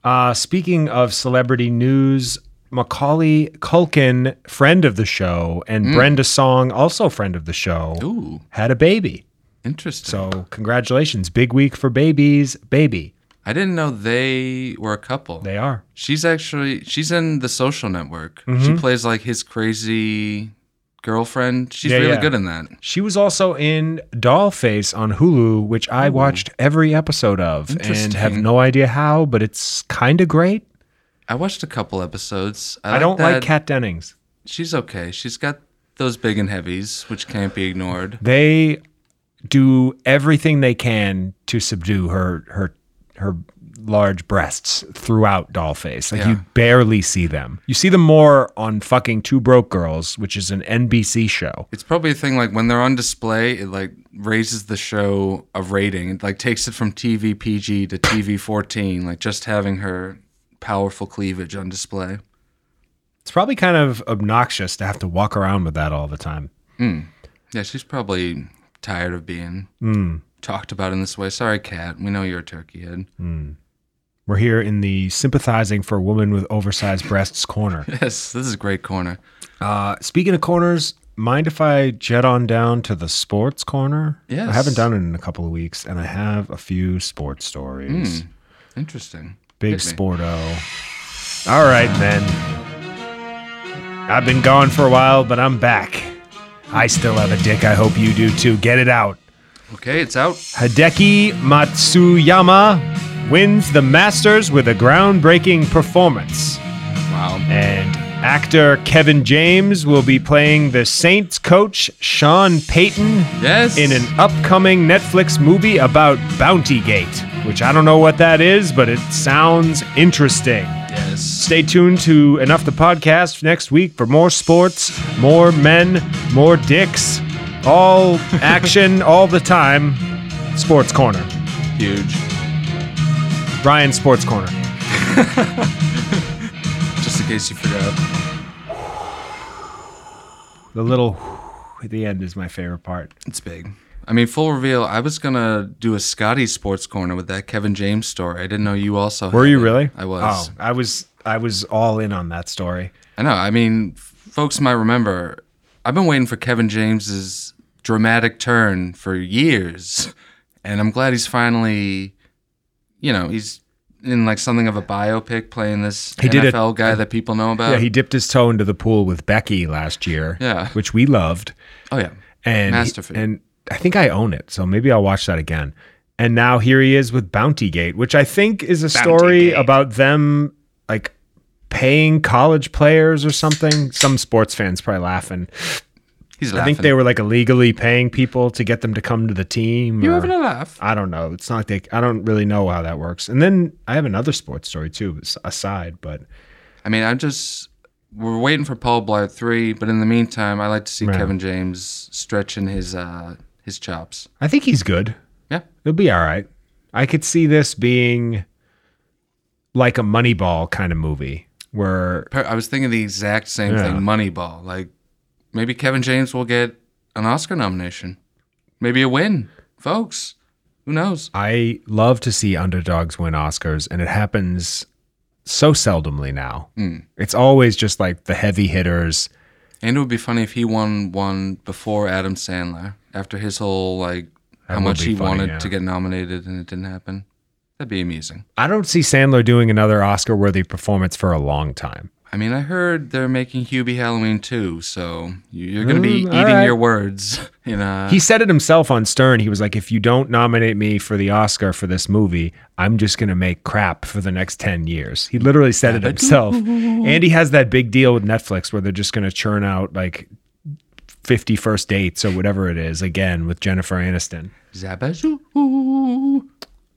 Speaker 7: Uh, speaking of celebrity news, Macaulay Culkin, friend of the show, and Brenda Song, also friend of the show,
Speaker 5: Mm. Ooh,
Speaker 7: had a baby.
Speaker 5: interesting.
Speaker 7: So congratulations, big week for babies, baby.
Speaker 5: I didn't know they were a couple.
Speaker 7: They are.
Speaker 5: she's actually she's in the social network.
Speaker 7: Mm-hmm.
Speaker 5: She plays like his crazy girlfriend. She's
Speaker 7: Yeah,
Speaker 5: really
Speaker 7: yeah.
Speaker 5: good in that.
Speaker 7: She was also in Dollface on Hulu, which I watched every episode of and have
Speaker 5: Interesting.
Speaker 7: no idea how, but it's kind of great.
Speaker 5: I watched a couple episodes. I,
Speaker 7: I, don't like
Speaker 5: that-
Speaker 7: Kat Dennings.
Speaker 5: She's okay. She's got those big and heavies, which can't be ignored.
Speaker 7: They do everything they can to subdue her her her large breasts throughout Dollface. Like
Speaker 5: Yeah.
Speaker 7: you barely see them. You see them more on fucking Two Broke Girls, which is an NBC show.
Speaker 5: It's probably a thing like when they're on display, it like raises the show a rating. It like takes it from TV PG to TV 14, like just having her powerful cleavage on display.
Speaker 7: It's probably kind of obnoxious to have to walk around with that all the time.
Speaker 5: Yeah, she's probably tired
Speaker 7: Hmm. Hmm.
Speaker 5: of being talked about in this way. Sorry, Kat. We know you're a turkey head.
Speaker 7: We're here in the sympathizing for a woman with oversized breasts corner.
Speaker 5: Yes, this is a great corner.
Speaker 7: Uh, speaking of corners, mind if I jet on down to the sports corner?
Speaker 5: Yes.
Speaker 7: I haven't done it in a couple of weeks, and I have a few sports
Speaker 5: Hmm.
Speaker 7: stories.
Speaker 5: Interesting.
Speaker 7: Big
Speaker 5: Hit me.
Speaker 7: sporto. All right, then. I've been gone for a while, but I'm back. I still have a dick. I hope you do too. Get it out.
Speaker 5: Okay, it's out.
Speaker 7: Hideki Matsuyama wins the Masters with a groundbreaking performance.
Speaker 5: Wow.
Speaker 7: And actor Kevin James will be playing the Saints coach Sean Payton
Speaker 5: Yes.
Speaker 7: in an upcoming Netflix movie about Bounty Gate, which I don't know what that is, but it sounds interesting.
Speaker 5: yes.
Speaker 7: Stay tuned to Enough the Podcast next week for more sports, more men, more dicks, all action, all the time. Sports Corner.
Speaker 5: Huge.
Speaker 7: Ryan Sports Corner.
Speaker 5: Just in case you forgot.
Speaker 7: The little at the end is my favorite part.
Speaker 5: It's big. I mean, full reveal. I was gonna do a Scotty Sports Corner with that Kevin James story. I didn't know you also.
Speaker 7: Were
Speaker 5: had
Speaker 7: you
Speaker 5: it.
Speaker 7: really?
Speaker 5: I was.
Speaker 7: Oh, I was. I was all in on that story.
Speaker 5: I know. I mean, f- folks might remember. I've been waiting for Kevin James's dramatic turn for years, and I'm glad he's finally, you know, he's in like something of a biopic playing this
Speaker 7: He did a-
Speaker 5: NFL guy that people know about.
Speaker 7: yeah, he dipped his toe into the pool with Becky last year.
Speaker 5: Yeah.
Speaker 7: which we loved.
Speaker 5: oh yeah.
Speaker 7: And he-
Speaker 5: Masterful.
Speaker 7: and I think I own it, so maybe I'll watch that again. And now here he is with Bounty Gate, which I think is a story about them like paying college players or something. Some sports fans probably laughing.
Speaker 5: He's
Speaker 7: I
Speaker 5: laughing.
Speaker 7: think they were like illegally paying people to get them to come to the team.
Speaker 5: You
Speaker 7: or-
Speaker 5: having a laugh?
Speaker 7: I don't know. It's not like they, I don't really know how that works. And then I have another sports story too, s- aside, but
Speaker 5: I mean, I'm just. We're waiting for Paul Blart three, but in the meantime, I like to see
Speaker 7: Right.
Speaker 5: Kevin James stretching his uh his chops.
Speaker 7: I think he's good.
Speaker 5: Yeah.
Speaker 7: It'll be all right. I could see this being like a Moneyball kind of movie where
Speaker 5: Per- I was thinking the exact same
Speaker 7: Yeah.
Speaker 5: thing. Moneyball. Like maybe Kevin James will get an Oscar nomination, maybe a win, folks. Who knows?
Speaker 7: I love to see underdogs win Oscars, and it happens so seldomly now. It's always just like the heavy hitters.
Speaker 5: And it would be funny if he won one before Adam Sandler after his whole like how
Speaker 7: That would
Speaker 5: much
Speaker 7: be
Speaker 5: he
Speaker 7: funny,
Speaker 5: wanted
Speaker 7: yeah.
Speaker 5: to get nominated and it didn't happen. That'd be amusing.
Speaker 7: I don't see Sandler doing another Oscar worthy performance for a long time.
Speaker 5: I mean, I heard they're making Hubie Halloween too, so you- you're going to be
Speaker 7: Mm,
Speaker 5: eating
Speaker 7: all right.
Speaker 5: your words. In a,
Speaker 7: He said it himself on Stern. He was like, if you don't nominate me for the Oscar for this movie, I'm just going to make crap for the next 10 years. He literally said it himself. And he has that big deal with Netflix where they're just going to churn out like 50 first dates or whatever it is again with Jennifer Aniston.
Speaker 5: Zabazoo.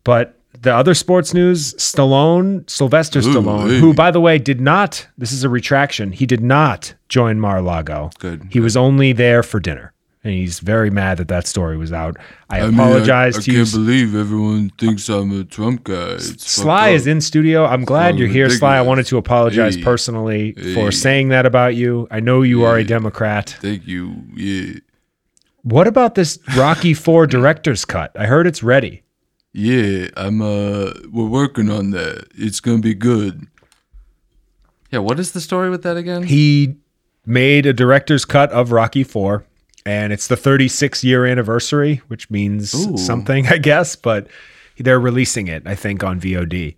Speaker 7: But the other sports news Stallone, Sylvester Stallone,
Speaker 5: hey.
Speaker 7: who, by the way, did not, this is a retraction, he did not join Mar Lago.
Speaker 5: Good,
Speaker 7: He was only there for dinner. And he's very mad that that story was out. I,
Speaker 5: I mean, I-
Speaker 7: apologize
Speaker 5: I,
Speaker 7: to you.
Speaker 5: can't believe everyone thinks I'm a Trump guy. It's
Speaker 7: Sly
Speaker 5: fucked
Speaker 7: is
Speaker 5: up.
Speaker 7: in studio. I'm glad
Speaker 5: Fucking
Speaker 7: you're here, Sly. I
Speaker 5: ridiculous.
Speaker 7: wanted to apologize
Speaker 5: Hey.
Speaker 7: personally for
Speaker 5: Hey.
Speaker 7: saying that about you. I know you are a Democrat.
Speaker 5: Thank you. Yeah.
Speaker 7: What about this Rocky Four director's cut? I heard it's ready.
Speaker 5: Yeah, I'm uh we're working on that. It's gonna be good. Yeah, what is the story with that again?
Speaker 7: he made a director's cut of Rocky Four, and it's the 36 year anniversary, which means
Speaker 5: Ooh.
Speaker 7: something, I guess. But they're releasing it, I think, on VOD,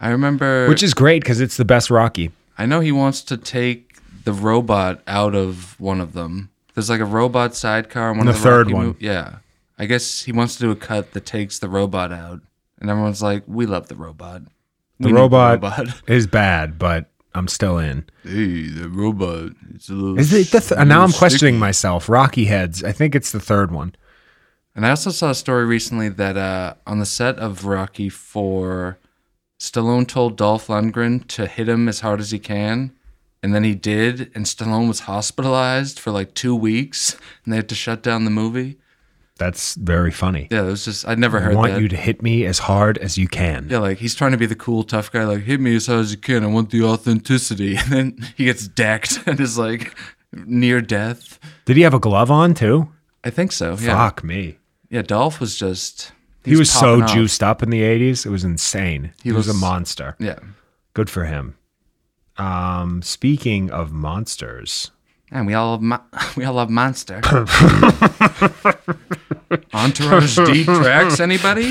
Speaker 5: I remember
Speaker 7: which is great because it's the best Rocky.
Speaker 5: I know he wants to take the robot out of one of them. There's like a robot sidecar in one
Speaker 7: The
Speaker 5: of the
Speaker 7: third
Speaker 5: Rocky
Speaker 7: one.
Speaker 5: mov- yeah. I guess he wants to do a cut that takes the robot out. And everyone's like, We love the robot.
Speaker 7: The
Speaker 5: We need
Speaker 7: robot,
Speaker 5: the robot.
Speaker 7: is bad, but I'm still in.
Speaker 5: Hey, the robot. It's a little
Speaker 7: Is it the th-
Speaker 5: little
Speaker 7: now? I'm questioning
Speaker 5: sticky.
Speaker 7: myself. Rocky heads. I think it's the third one.
Speaker 5: And I also saw a story recently that uh, on the set of Rocky Four, Stallone told Dolph Lundgren to hit him as hard as he can, and then he did, and Stallone was hospitalized for like two weeks, and they had to shut down the movie.
Speaker 7: That's very funny.
Speaker 5: Yeah, it was just I'd never
Speaker 7: I
Speaker 5: heard
Speaker 7: want
Speaker 5: that.
Speaker 7: you to hit me as hard as you can.
Speaker 5: yeah, like he's trying to be the cool tough guy, like hit me as hard as you can. I want the authenticity, and then he gets decked and is like near death.
Speaker 7: Did he have a glove on too?
Speaker 5: I think so. Yeah,
Speaker 7: Fuck me.
Speaker 5: yeah. Dolph was just
Speaker 7: he was so
Speaker 5: popping off.
Speaker 7: juiced up in the 80s. It was insane. He, was,
Speaker 5: was-
Speaker 7: a monster.
Speaker 5: Yeah.
Speaker 7: Good for him. Um, speaking of monsters,
Speaker 5: And we all love mo- we all love Monster. Entourage deep tracks. Anybody?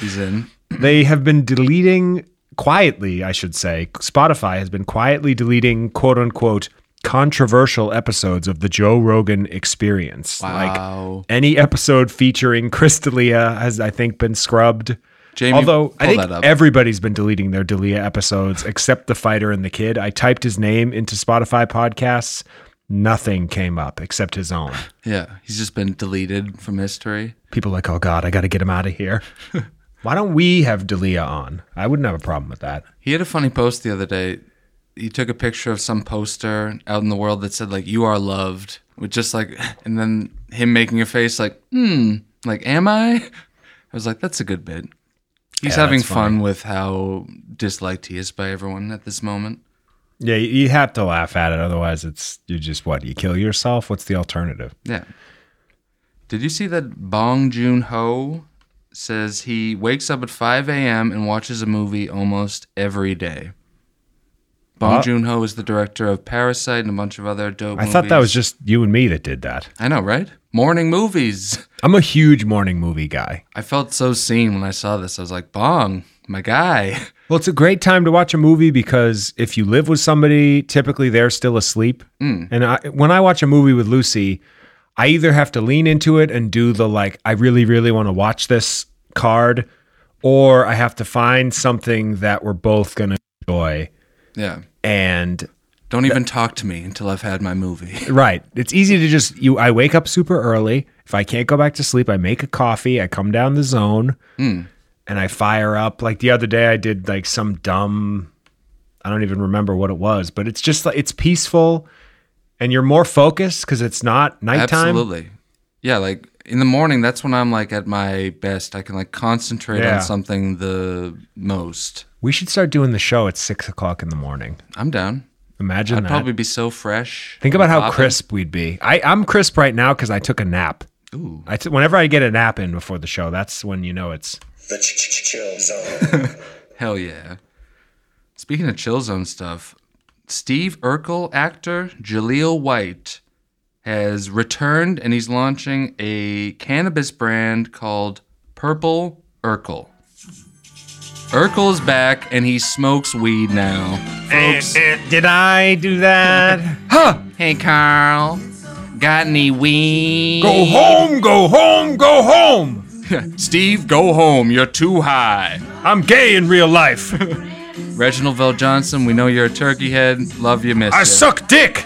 Speaker 5: He's in.
Speaker 7: they have been deleting quietly, I should say. Spotify has been quietly deleting quote unquote controversial episodes of the Joe Rogan experience.
Speaker 5: Wow.
Speaker 7: Like any episode featuring Chris D'Elia has, I think, been scrubbed.
Speaker 5: Jamie,
Speaker 7: Although I
Speaker 5: pull
Speaker 7: think
Speaker 5: that up.
Speaker 7: everybody's been deleting their Delia episodes except the fighter and the kid. I typed his name into Spotify podcasts. Nothing came up except his own.
Speaker 5: yeah, he's just been deleted from history.
Speaker 7: People like, oh God, I got to get him out of here. Why don't we have Delia on? I wouldn't have a problem with that.
Speaker 5: He had a funny post the other day. He took a picture of some poster out in the world that said like "You are loved," with just like, and then him making a face like "Hmm," like "Am I?" I was like, "That's a good bit." He's
Speaker 7: Yeah,
Speaker 5: having
Speaker 7: that's funny.
Speaker 5: fun with how disliked he is by everyone at this moment.
Speaker 7: Yeah, you- you have to laugh at it. Otherwise, it's you just what you kill yourself. What's the alternative?
Speaker 5: Yeah. Did you see that Bong Joon Ho says he wakes up at 5 a.m. and watches a movie almost every day? Bong
Speaker 7: Huh?
Speaker 5: Joon Ho is the director of Parasite and a bunch of other dope
Speaker 7: I thought that was
Speaker 5: movies.
Speaker 7: just you and me that did that.
Speaker 5: I know, right? Morning movies.
Speaker 7: I'm a huge morning movie guy.
Speaker 5: I felt so seen when I saw this. I was like, Bong, my guy.
Speaker 7: Well, it's a great time to watch a movie because if you live with somebody, typically they're still asleep. And I, when I watch a movie with Lucy, I either have to lean into it and do the like, I really, really want to watch this card, or I have to find something that we're both going to enjoy.
Speaker 5: Yeah.
Speaker 7: And
Speaker 5: Don't even talk to me until I've had my movie.
Speaker 7: Right. It's easy to just you I wake up super early. If I can't go back to sleep, I make a coffee, I come down the zone
Speaker 5: Hmm.
Speaker 7: and I fire up. Like the other day I did like some dumb I don't even remember what it was, but it's just like it's peaceful and you're more focused cuz it's not nighttime.
Speaker 5: Absolutely. Yeah, like in the morning, that's when I'm like at my best. I can like concentrate
Speaker 7: Yeah.
Speaker 5: on something the most.
Speaker 7: We should start doing the show at six o'clock in the morning.
Speaker 5: I'm down.
Speaker 7: Imagine
Speaker 5: I'd
Speaker 7: that.
Speaker 5: probably be so fresh.
Speaker 7: Think
Speaker 5: and
Speaker 7: about how
Speaker 5: poppin'.
Speaker 7: crisp we'd be. I, I'm crisp right now because I took a nap.
Speaker 5: Ooh.
Speaker 7: I t- whenever I get a nap in before the show, that's when you know it's
Speaker 6: The ch- ch- chill zone.
Speaker 5: Hell yeah. Speaking of chill zone stuff, Steve Urkel actor Jaleel White has returned and he's launching a cannabis brand called Purple Urkel. Urkel's back and he smokes weed now. Folks,
Speaker 7: Did I do that?
Speaker 5: hey Carl, got any weed?
Speaker 7: Go home, go home, go home.
Speaker 5: Steve, go home. You're too high.
Speaker 7: I'm gay in real life.
Speaker 5: Reginald Vell Johnson, we know you're a turkey head. Love you, miss
Speaker 7: I
Speaker 5: you.
Speaker 7: suck dick.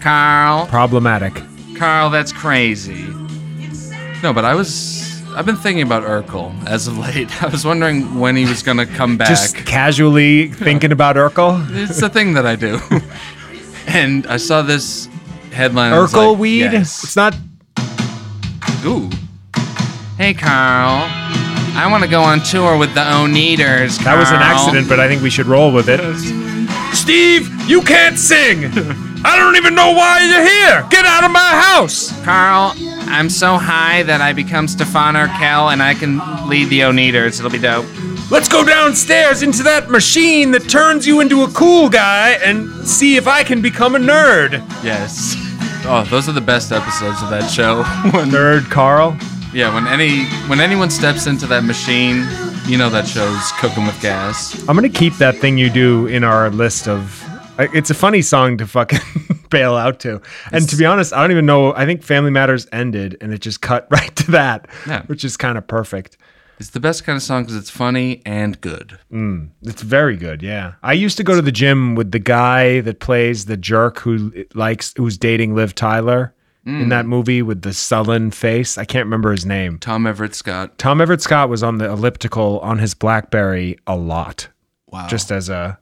Speaker 5: Carl.
Speaker 7: Problematic.
Speaker 5: Carl, that's crazy. No, but I was. I've been thinking about Urkel as of late. I was wondering when he was going to come back.
Speaker 7: Just casually thinking about Urkel.
Speaker 5: It's the thing that I do. and I saw this headline. I was
Speaker 7: Urkel
Speaker 5: like,
Speaker 7: weed?
Speaker 5: yes.
Speaker 7: It's not.
Speaker 5: Ooh. Hey, Carl. I want to go on tour with the O'Neaters.
Speaker 7: That was an
Speaker 5: Carl.
Speaker 7: accident, but I think we should roll with it. Steve, you can't sing. I don't even know why you're here. Get out of my house.
Speaker 5: Carl, I'm so high that I become Stefan Urkel and I can lead the O'Neaters. It'll be dope.
Speaker 7: Let's go downstairs into that machine that turns you into a cool guy and see if I can become a nerd.
Speaker 5: Yes. Oh, those are the best episodes of that show. when,
Speaker 7: Nerd Carl.
Speaker 5: yeah, when any when anyone steps into that machine, you know that show's cooking with gas.
Speaker 7: I'm gonna keep that thing you do in our list of. I- It's a funny song to fucking bail out to, and to be honest, I don't even know. I think Family Matters ended, and it just cut right to that,
Speaker 5: Yeah.
Speaker 7: which is kind of perfect.
Speaker 5: It's the best kind of song because it's funny and good.
Speaker 7: It's very good. Yeah, I used to go to the gym with the guy that plays the jerk who eh, likes who's dating Liv Tyler in
Speaker 5: Mm.
Speaker 7: that movie with the sullen face. I can't remember his name.
Speaker 5: Tom Everett Scott.
Speaker 7: Tom Everett Scott was on the elliptical on his BlackBerry a lot.
Speaker 5: Wow.
Speaker 7: Just as a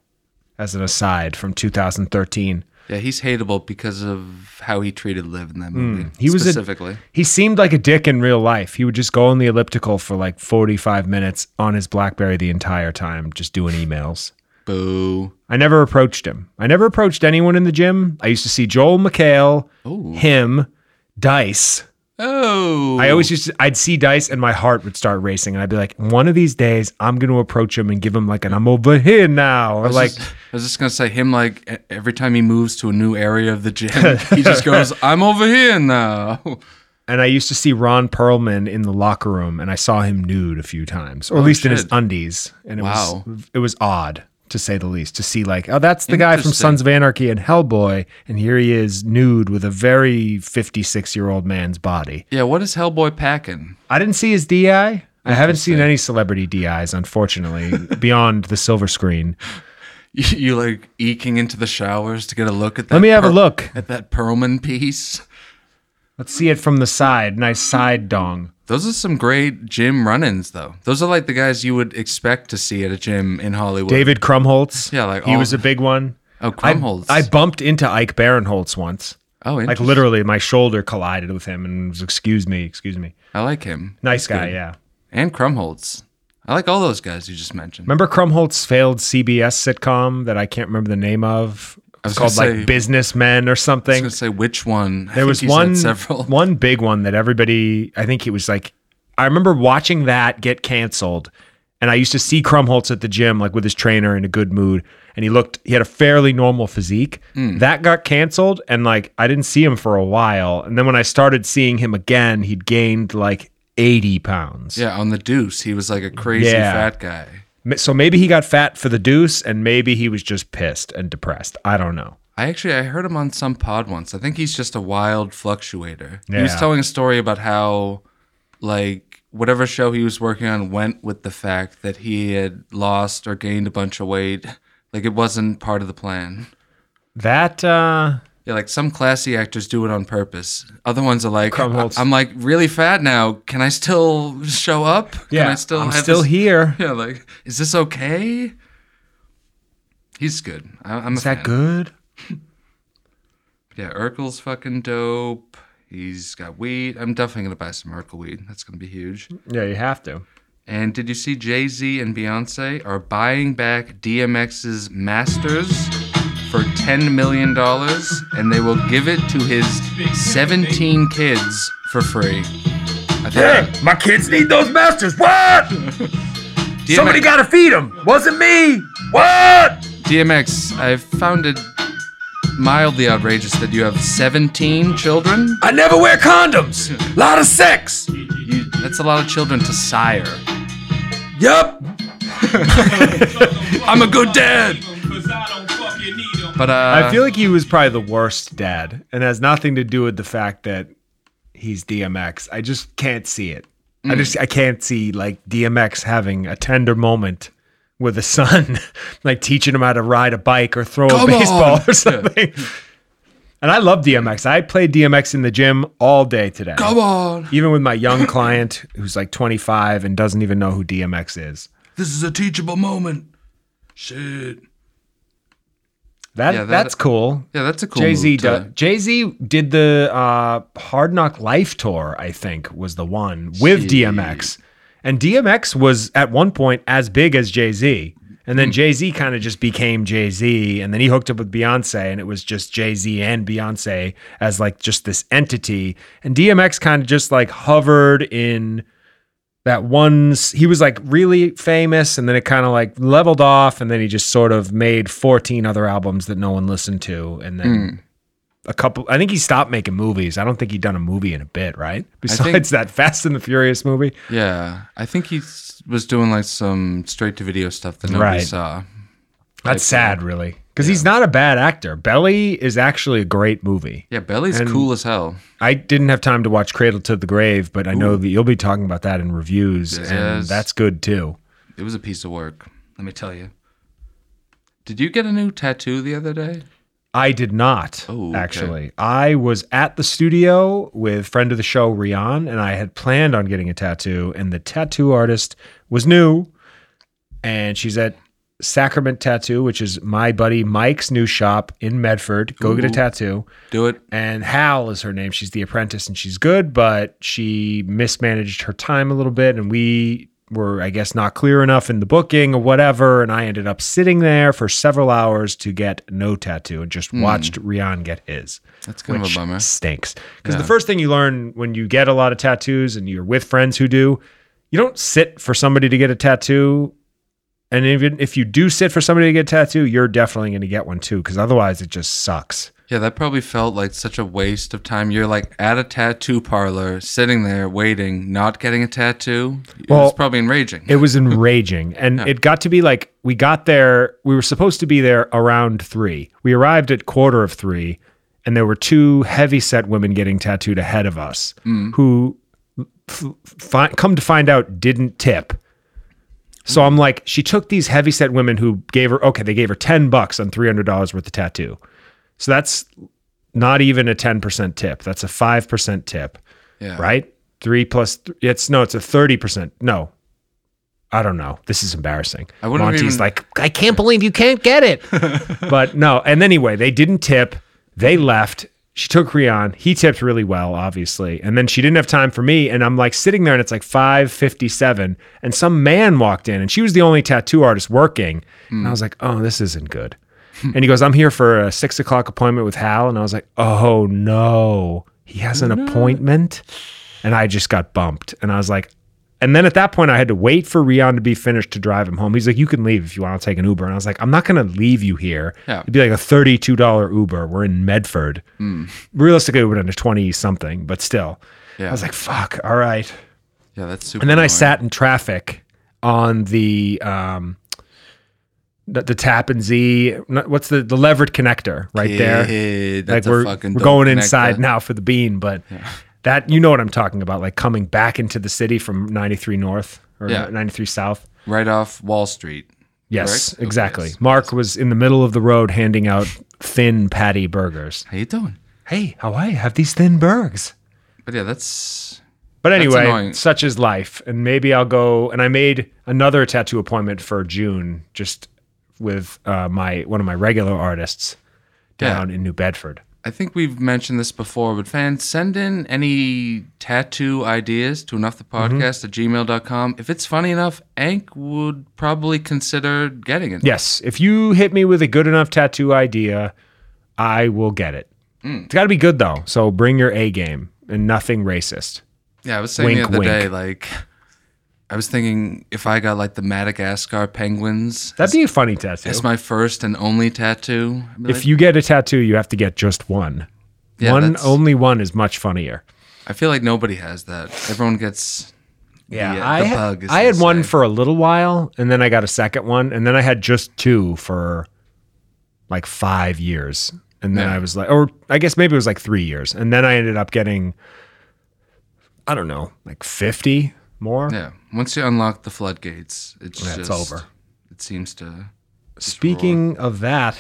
Speaker 7: as an aside from 2013.
Speaker 5: yeah, he's hateable because of how he treated Liv in that movie.
Speaker 7: Hmm. He was a-
Speaker 5: specifically.
Speaker 7: He seemed like a dick in real life. He would just go on the elliptical for like 45 minutes on his Blackberry the entire time, just doing emails.
Speaker 5: Boo.
Speaker 7: I never approached him. I never approached anyone in the gym. I used to see Joel McHale, him, Dice,
Speaker 5: Oh,
Speaker 7: I always used to, I'd see dice and my heart would start racing and I'd be like, one of these days I'm going to approach him and give him like an I'm over here now or
Speaker 5: was
Speaker 7: like
Speaker 5: just- I was just gonna say him like e- every time he moves to a new area of the gym, he just goes, "I'm over here now."
Speaker 7: and I used to see Ron Perlman in the locker room and I saw him nude a few times or at least in
Speaker 5: Oh,
Speaker 7: his
Speaker 5: shit.
Speaker 7: undies and it
Speaker 5: Wow.
Speaker 7: was it was odd to say the least to see like oh that's the guy from Sons of Anarchy and Hellboy and here he is nude with a very 56 year old man's body.
Speaker 5: Yeah, what is Hellboy packing?
Speaker 7: I didn't see his DI. I haven't seen any celebrity DIs unfortunately beyond the silver screen.
Speaker 5: You, you like eking into the showers to get a look at that.
Speaker 7: Let me have a
Speaker 5: Perl-
Speaker 7: look.
Speaker 5: at that Perlman piece.
Speaker 7: Let's see it from the side. Nice side dong.
Speaker 5: Those are some great gym run-ins, though. Those are like the guys you would expect to see at a gym in Hollywood.
Speaker 7: David Krumholtz.
Speaker 5: Yeah, like
Speaker 7: he
Speaker 5: all-
Speaker 7: was a big one.
Speaker 5: oh,
Speaker 7: I-
Speaker 5: Krumholz.
Speaker 7: I, bumped into Ike Barinholtz once.
Speaker 5: oh,
Speaker 7: Like
Speaker 5: interesting.
Speaker 7: literally, my shoulder collided with him, and was excuse me, excuse me.
Speaker 5: I like him.
Speaker 7: Nice
Speaker 5: He's
Speaker 7: guy,
Speaker 5: good.
Speaker 7: yeah.
Speaker 5: And Krumholtz. I like all those guys you just mentioned.
Speaker 7: Remember Krumholtz failed CBS sitcom that I can't remember the name of.
Speaker 5: was
Speaker 7: It's called
Speaker 5: gonna
Speaker 7: like
Speaker 5: say-
Speaker 7: Businessmen or
Speaker 5: I was
Speaker 7: something.
Speaker 5: gonna say which one. I
Speaker 7: There
Speaker 5: think
Speaker 7: was
Speaker 5: he's had
Speaker 7: one
Speaker 5: several.
Speaker 7: one big one that everybody I think it was like I remember watching that get canceled and I used to see Krumholtz at the gym like with his trainer in a good mood and he looked he had a fairly normal physique.
Speaker 5: Hmm.
Speaker 7: That got canceled and like I didn't see him for a while and then when I started seeing him again he'd gained like 80 pounds.
Speaker 5: Yeah, on the Deuce, he was like a crazy
Speaker 7: Yeah.
Speaker 5: fat guy.
Speaker 7: M- So maybe he got fat for the deuce and maybe he was just pissed and depressed. I don't know.
Speaker 5: I actually I heard him on some pod once. I think he's just a wild fluctuator. He was
Speaker 7: Yeah.
Speaker 5: telling a story about how like whatever show he was working on went with the fact that he had lost or gained a bunch of weight. Like it wasn't part of the plan.
Speaker 7: That uh
Speaker 5: Yeah, like some classy actors do it on purpose. Other ones are like,
Speaker 7: Krumholtz.
Speaker 5: I'm like really fat now. Can I still show up?
Speaker 7: yeah,
Speaker 5: Can I still
Speaker 7: I'm
Speaker 5: have
Speaker 7: still
Speaker 5: this-
Speaker 7: here.
Speaker 5: Yeah, like, is this okay? He's good. I, I'm
Speaker 7: Is that good?
Speaker 5: Yeah, Urkel's fucking dope. He's got weed. I'm definitely gonna buy some Urkel weed. That's gonna be huge.
Speaker 7: Yeah, you have to.
Speaker 5: And did you see Jay Z and Beyonce are buying back DMX's Masters for ten million dollars, and they will give it to his 17 kids for free. I
Speaker 9: Yeah, my kids need those masters. What?
Speaker 5: DMX
Speaker 9: Somebody gotta feed them. Wasn't me. What?
Speaker 5: DMX. I found it mildly outrageous that you have 17 children.
Speaker 9: I never wear condoms. Lot of sex.
Speaker 5: You, that's a lot of children to sire.
Speaker 9: Yup.
Speaker 5: I'm a good dad. But uh,
Speaker 7: I feel like he was probably the worst dad, and has nothing to do with the fact that he's DMX. I just can't see it.
Speaker 5: Mm.
Speaker 7: I just I can't see like DMX having a tender moment with a son, like teaching him how to ride a bike or throw
Speaker 5: Come
Speaker 7: a baseball
Speaker 5: on.
Speaker 7: or something. And I love DMX. I played DMX in the gym all day today.
Speaker 5: come on.
Speaker 7: Even with my young client who's like 25 and doesn't even know who DMX is.
Speaker 5: This is a teachable moment. Shit.
Speaker 7: That,
Speaker 5: Yeah, that-
Speaker 7: that's cool.
Speaker 5: Yeah, that's a cool.
Speaker 7: Jay Z
Speaker 5: move to-
Speaker 7: Jay Z did the uh, Hard Knock Life tour. I think was the one with DMX, and DMX was at one point as big as Jay Z, and then
Speaker 5: Hmm.
Speaker 7: Jay Z kind of just became Jay Z, and then he hooked up with Beyonce, and it was just Jay Z and Beyonce as like just this entity, and DMX kind of just like hovered in that one s- he was like really famous and then it kind of like leveled off and then he just sort of made 14 other albums that no one listened to and then
Speaker 5: Hmm.
Speaker 7: a couple i think he stopped making movies i don't think he'd done a movie in a bit right besides
Speaker 5: think-
Speaker 7: that fast and the furious movie
Speaker 5: Yeah, I think he s- was doing like some straight to video stuff that nobody
Speaker 7: Right.
Speaker 5: saw.
Speaker 7: that's sad really because he's not a bad actor belly is actually a great movie
Speaker 5: Yeah, Belly's
Speaker 7: And-
Speaker 5: cool as hell.
Speaker 7: i didn't have time to watch cradle to the grave but i know that you'll be talking about that in reviews and
Speaker 5: Yes.
Speaker 7: that's good too
Speaker 5: It was a piece of work. Let me tell you. Did you get a new tattoo the other day?
Speaker 7: I did not
Speaker 5: Oh, okay.
Speaker 7: actually. I was at the studio with friend of the show Rian, and I had planned on getting a tattoo, and the tattoo artist was new, and she's at Sacrament Tattoo, which is my buddy Mike's new shop in Medford. Go get a
Speaker 5: Ooh.
Speaker 7: tattoo.
Speaker 5: Do it.
Speaker 7: And Hal is her name. She's the apprentice, and she's good, but she mismanaged her time a little bit, and we were, I guess, not clear enough in the booking or whatever. And I ended up sitting there for several hours to get no tattoo and just watched Rian get his.
Speaker 5: That's Hmm. kind of a
Speaker 7: which
Speaker 5: bummer.
Speaker 7: Stinks. Because the first thing you learn when you get a lot of tattoos and you're with friends who do, you don't sit for somebody to get a tattoo. And even if you do sit for somebody to get a tattoo, you're definitely going to get one too, because otherwise it just sucks.
Speaker 5: Yeah, that probably felt like such a waste of time. You're like at a tattoo parlor, sitting there waiting, not getting a tattoo. Well,
Speaker 7: Well,
Speaker 5: it's probably enraging.
Speaker 7: It was enraging. And it got to be like, we got there, we were supposed to be there around three. We arrived at quarter of three, and there were two heavy set women getting tattooed ahead of us who, f- fi- come to find out, didn't tip. So I'm like, she took these heavy set women who gave her, okay, they gave her 10 bucks on $300 worth of tattoo. So that's not even a 10% tip. That's a 5% tip
Speaker 5: yeah.
Speaker 7: right? Three plus th- it's no, it's a thirty percent. No, I don't know. This is embarrassing.
Speaker 5: I wouldn't have
Speaker 7: Monty's
Speaker 5: even-
Speaker 7: like, I can't believe you can't get it. but no, and anyway, they didn't tip. They left. She took Rion. He tipped really well, obviously, and then she didn't have time for me. And I'm like sitting there, and it's like five fifty-seven, and some man walked in, and she was the only tattoo artist working. And
Speaker 5: Hmm.
Speaker 7: I was like, oh, this isn't good. and he goes, I'm here for a six o'clock appointment with Hal, and I was like, oh no, he has an appointment and I just got bumped. And I was like, and then at that point, I had to wait for Rion to be finished to drive him home. He's like, you can leave if you want. I'll take an Uber. And I was like, I'm not going to leave you here.
Speaker 5: Yeah.
Speaker 7: It'd be like a $32 Uber. We're in Medford.
Speaker 5: Hmm.
Speaker 7: Realistically, it would have been a 20 something, but still.
Speaker 5: Yeah.
Speaker 7: I was like, fuck, all right.
Speaker 5: yeah, that's super.
Speaker 7: And then I
Speaker 5: annoying.
Speaker 7: sat in traffic on the um, the, the tap and Z. not- What's the the levered connector right there?
Speaker 5: Yeah,
Speaker 7: Like
Speaker 5: that's a
Speaker 7: we're
Speaker 5: fucking
Speaker 7: we're
Speaker 5: dope
Speaker 7: going
Speaker 5: connector.
Speaker 7: inside now for the bean, but that you know what I'm talking about, like coming back into the city from 93 North or
Speaker 5: Yeah.
Speaker 7: 93 South.
Speaker 5: Right off Wall Street.
Speaker 7: Yes,
Speaker 5: Correct? Okay,
Speaker 7: exactly.
Speaker 5: yes,
Speaker 7: Mark was in the middle of the road handing out thin patty burgers.
Speaker 5: How you doing?
Speaker 7: Hey, how are you? Have these thin burgers.
Speaker 5: But yeah, that's
Speaker 7: But anyway,
Speaker 5: annoying.
Speaker 7: such is life. And maybe I'll go. And I made another tattoo appointment for June, just with uh, my one of my regular artists
Speaker 5: Yeah.
Speaker 7: down in New Bedford.
Speaker 5: I think we've mentioned this before, but fans, send in any tattoo ideas to
Speaker 7: Mm-hmm.
Speaker 5: enoughthepodcast at gmail.com. If it's funny enough, Ank would probably consider getting it.
Speaker 7: Yes, if you hit me with a good enough tattoo idea, I will get it.
Speaker 5: Hmm.
Speaker 7: It's got to be good though. So bring your A game and nothing racist.
Speaker 5: Yeah, I was saying
Speaker 7: Wink,
Speaker 5: the other
Speaker 7: wink.
Speaker 5: day, like, I was thinking if I got like the Madagascar penguins
Speaker 7: That'd be a funny tattoo.
Speaker 5: as my first and only tattoo. I'd be
Speaker 7: if
Speaker 5: like,
Speaker 7: you get a tattoo, you have to get just one.
Speaker 5: yeah,
Speaker 7: one
Speaker 5: that's-
Speaker 7: only one is much funnier.
Speaker 5: I feel like nobody has that. Everyone gets.
Speaker 7: Yeah,
Speaker 5: the, uh,
Speaker 7: I,
Speaker 5: the
Speaker 7: had,
Speaker 5: bug, as
Speaker 7: I
Speaker 5: they
Speaker 7: had one
Speaker 5: say.
Speaker 7: for a little while, and then I got a second one, and then I had just two for like five years, and then
Speaker 5: Yeah.
Speaker 7: I was like, or I guess maybe it was like three years, and then I ended up getting, I don't know, like fifty more.
Speaker 5: Yeah, once you unlock the floodgates, it's
Speaker 7: Yeah, it's
Speaker 5: just
Speaker 7: over.
Speaker 5: It seems to.
Speaker 7: Speaking of that,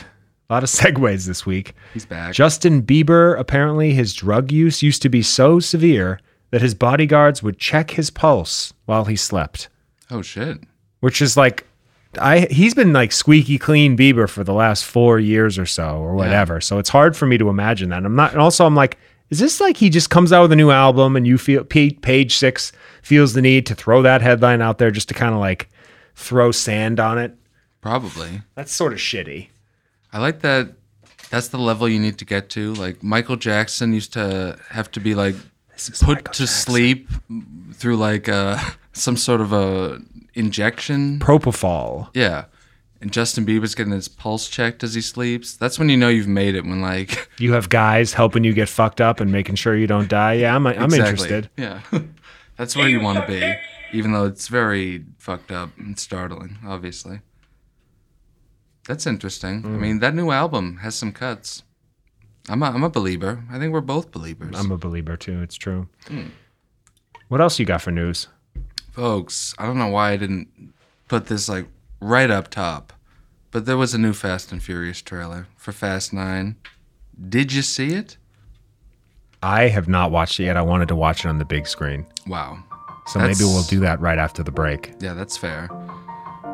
Speaker 7: a lot of segues this week.
Speaker 5: He's back.
Speaker 7: Justin Bieber apparently his drug use used to be so severe that his bodyguards would check his pulse while he slept.
Speaker 5: oh shit.
Speaker 7: which is like I he's been like squeaky clean Bieber for the last four years or so or whatever. So it's hard for me to imagine that. And I'm not and also I'm like, is this like he just comes out with a new album and you feel Pa- page six feels the need to throw that headline out there just to kind of like throw sand on it?
Speaker 5: Probably.
Speaker 7: That's sort of shitty.
Speaker 5: I like that. That's the level you need to get to. Like Michael Jackson used to have to be like put to sleep through like uh, some sort of a injection.
Speaker 7: Propofol.
Speaker 5: Yeah. And Justin Bieber's getting his pulse checked as he sleeps. That's when you know you've made it. When like
Speaker 7: You have guys helping you get fucked up and making sure you don't die. Yeah, I'm I'm interested.
Speaker 5: Yeah. That's where you want to be, even though it's very fucked up and startling, obviously. That's interesting.
Speaker 7: Mm.
Speaker 5: I mean, that new album has some cuts. I'm a, I'm a believer. I think we're both believers.
Speaker 7: I'm a believer too. It's true. What else you got for news?
Speaker 5: Folks, I don't know why I didn't put this like right up top, but there was a new Fast and Furious trailer for Fast 9. Did you see it?
Speaker 7: I have not watched it yet. I wanted to watch it on the big screen.
Speaker 5: Wow.
Speaker 7: So
Speaker 5: That's-
Speaker 7: maybe we'll do that right after the break.
Speaker 5: Yeah, that's fair.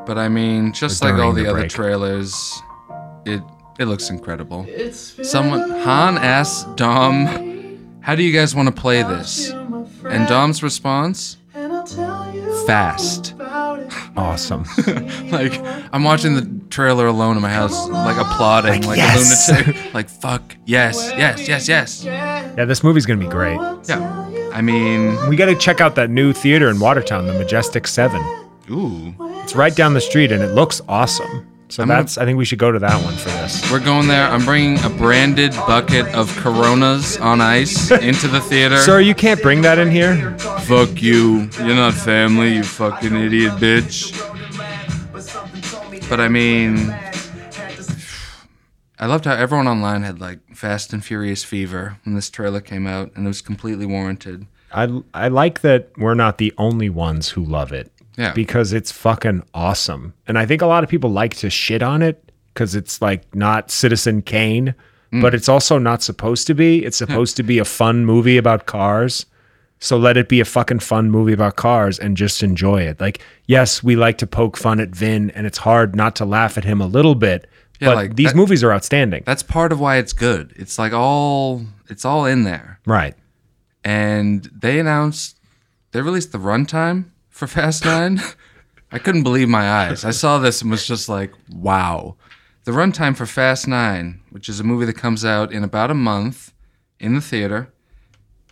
Speaker 5: But I mean, just
Speaker 7: Or
Speaker 5: like all
Speaker 7: during
Speaker 5: the,
Speaker 7: the
Speaker 5: other
Speaker 7: break.
Speaker 5: trailers, it it looks incredible. Someone Han asked Dom, "How do you guys want to play this?" And Dom's response, "Fast."
Speaker 7: awesome.
Speaker 5: Like I'm watching the trailer alone in my house, like applauding, like,
Speaker 7: yes.
Speaker 5: a lunatic. Like fuck, yes, yes, yes, yes.
Speaker 7: yeah, this movie's gonna be great.
Speaker 5: Yeah. I mean,
Speaker 7: We got to check out that new theater in Watertown, the Majestic Seven.
Speaker 5: ooh,
Speaker 7: It's right down the street, and it looks awesome. So
Speaker 5: I'm gonna-
Speaker 7: that's. I think we should go to that one for this.
Speaker 5: we're going there. I'm bringing a branded bucket of Coronas on ice into the theater.
Speaker 7: Sir, you can't bring that in here.
Speaker 5: Fuck you. You're not family, you fucking idiot bitch. But I mean, I loved how everyone online had like Fast and Furious fever when this trailer came out, and it was completely warranted.
Speaker 7: I I like that we're not the only ones who love it.
Speaker 5: Yeah.
Speaker 7: Because it's fucking awesome, and I think a lot of people like to shit on it because it's like not Citizen Kane,
Speaker 5: Mm.
Speaker 7: but it's also not supposed to be. It's supposed to be a fun movie about cars. So let it be a fucking fun movie about cars and just enjoy it. Like, yes, we like to poke fun at Vin, and it's hard not to laugh at him a little bit.
Speaker 5: Yeah,
Speaker 7: but
Speaker 5: like
Speaker 7: these
Speaker 5: that-
Speaker 7: movies are outstanding,
Speaker 5: That's part of why it's good. It's like all it's all in there.
Speaker 7: right?
Speaker 5: And they announced they released the runtime for Fast 9. I couldn't believe my eyes. I saw this and was just like, wow. The runtime for Fast 9, which is a movie that comes out in about a month in the theater,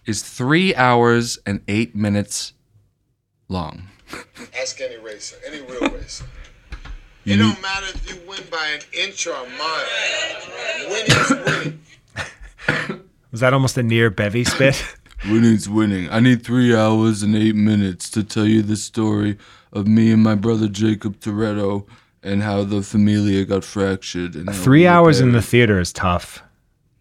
Speaker 5: is 3 hours and 8 minutes long.
Speaker 10: Ask any racer, any real racer. It don't matter if you win by an inch or a mile. Winning is winning.
Speaker 7: Was that almost a near bevy spit?
Speaker 5: Winning's winning. I need three hours and eight minutes to tell you the story of me and my brother Jacob Toretto and how the familia got fractured. And
Speaker 7: Three hours in the theater is tough.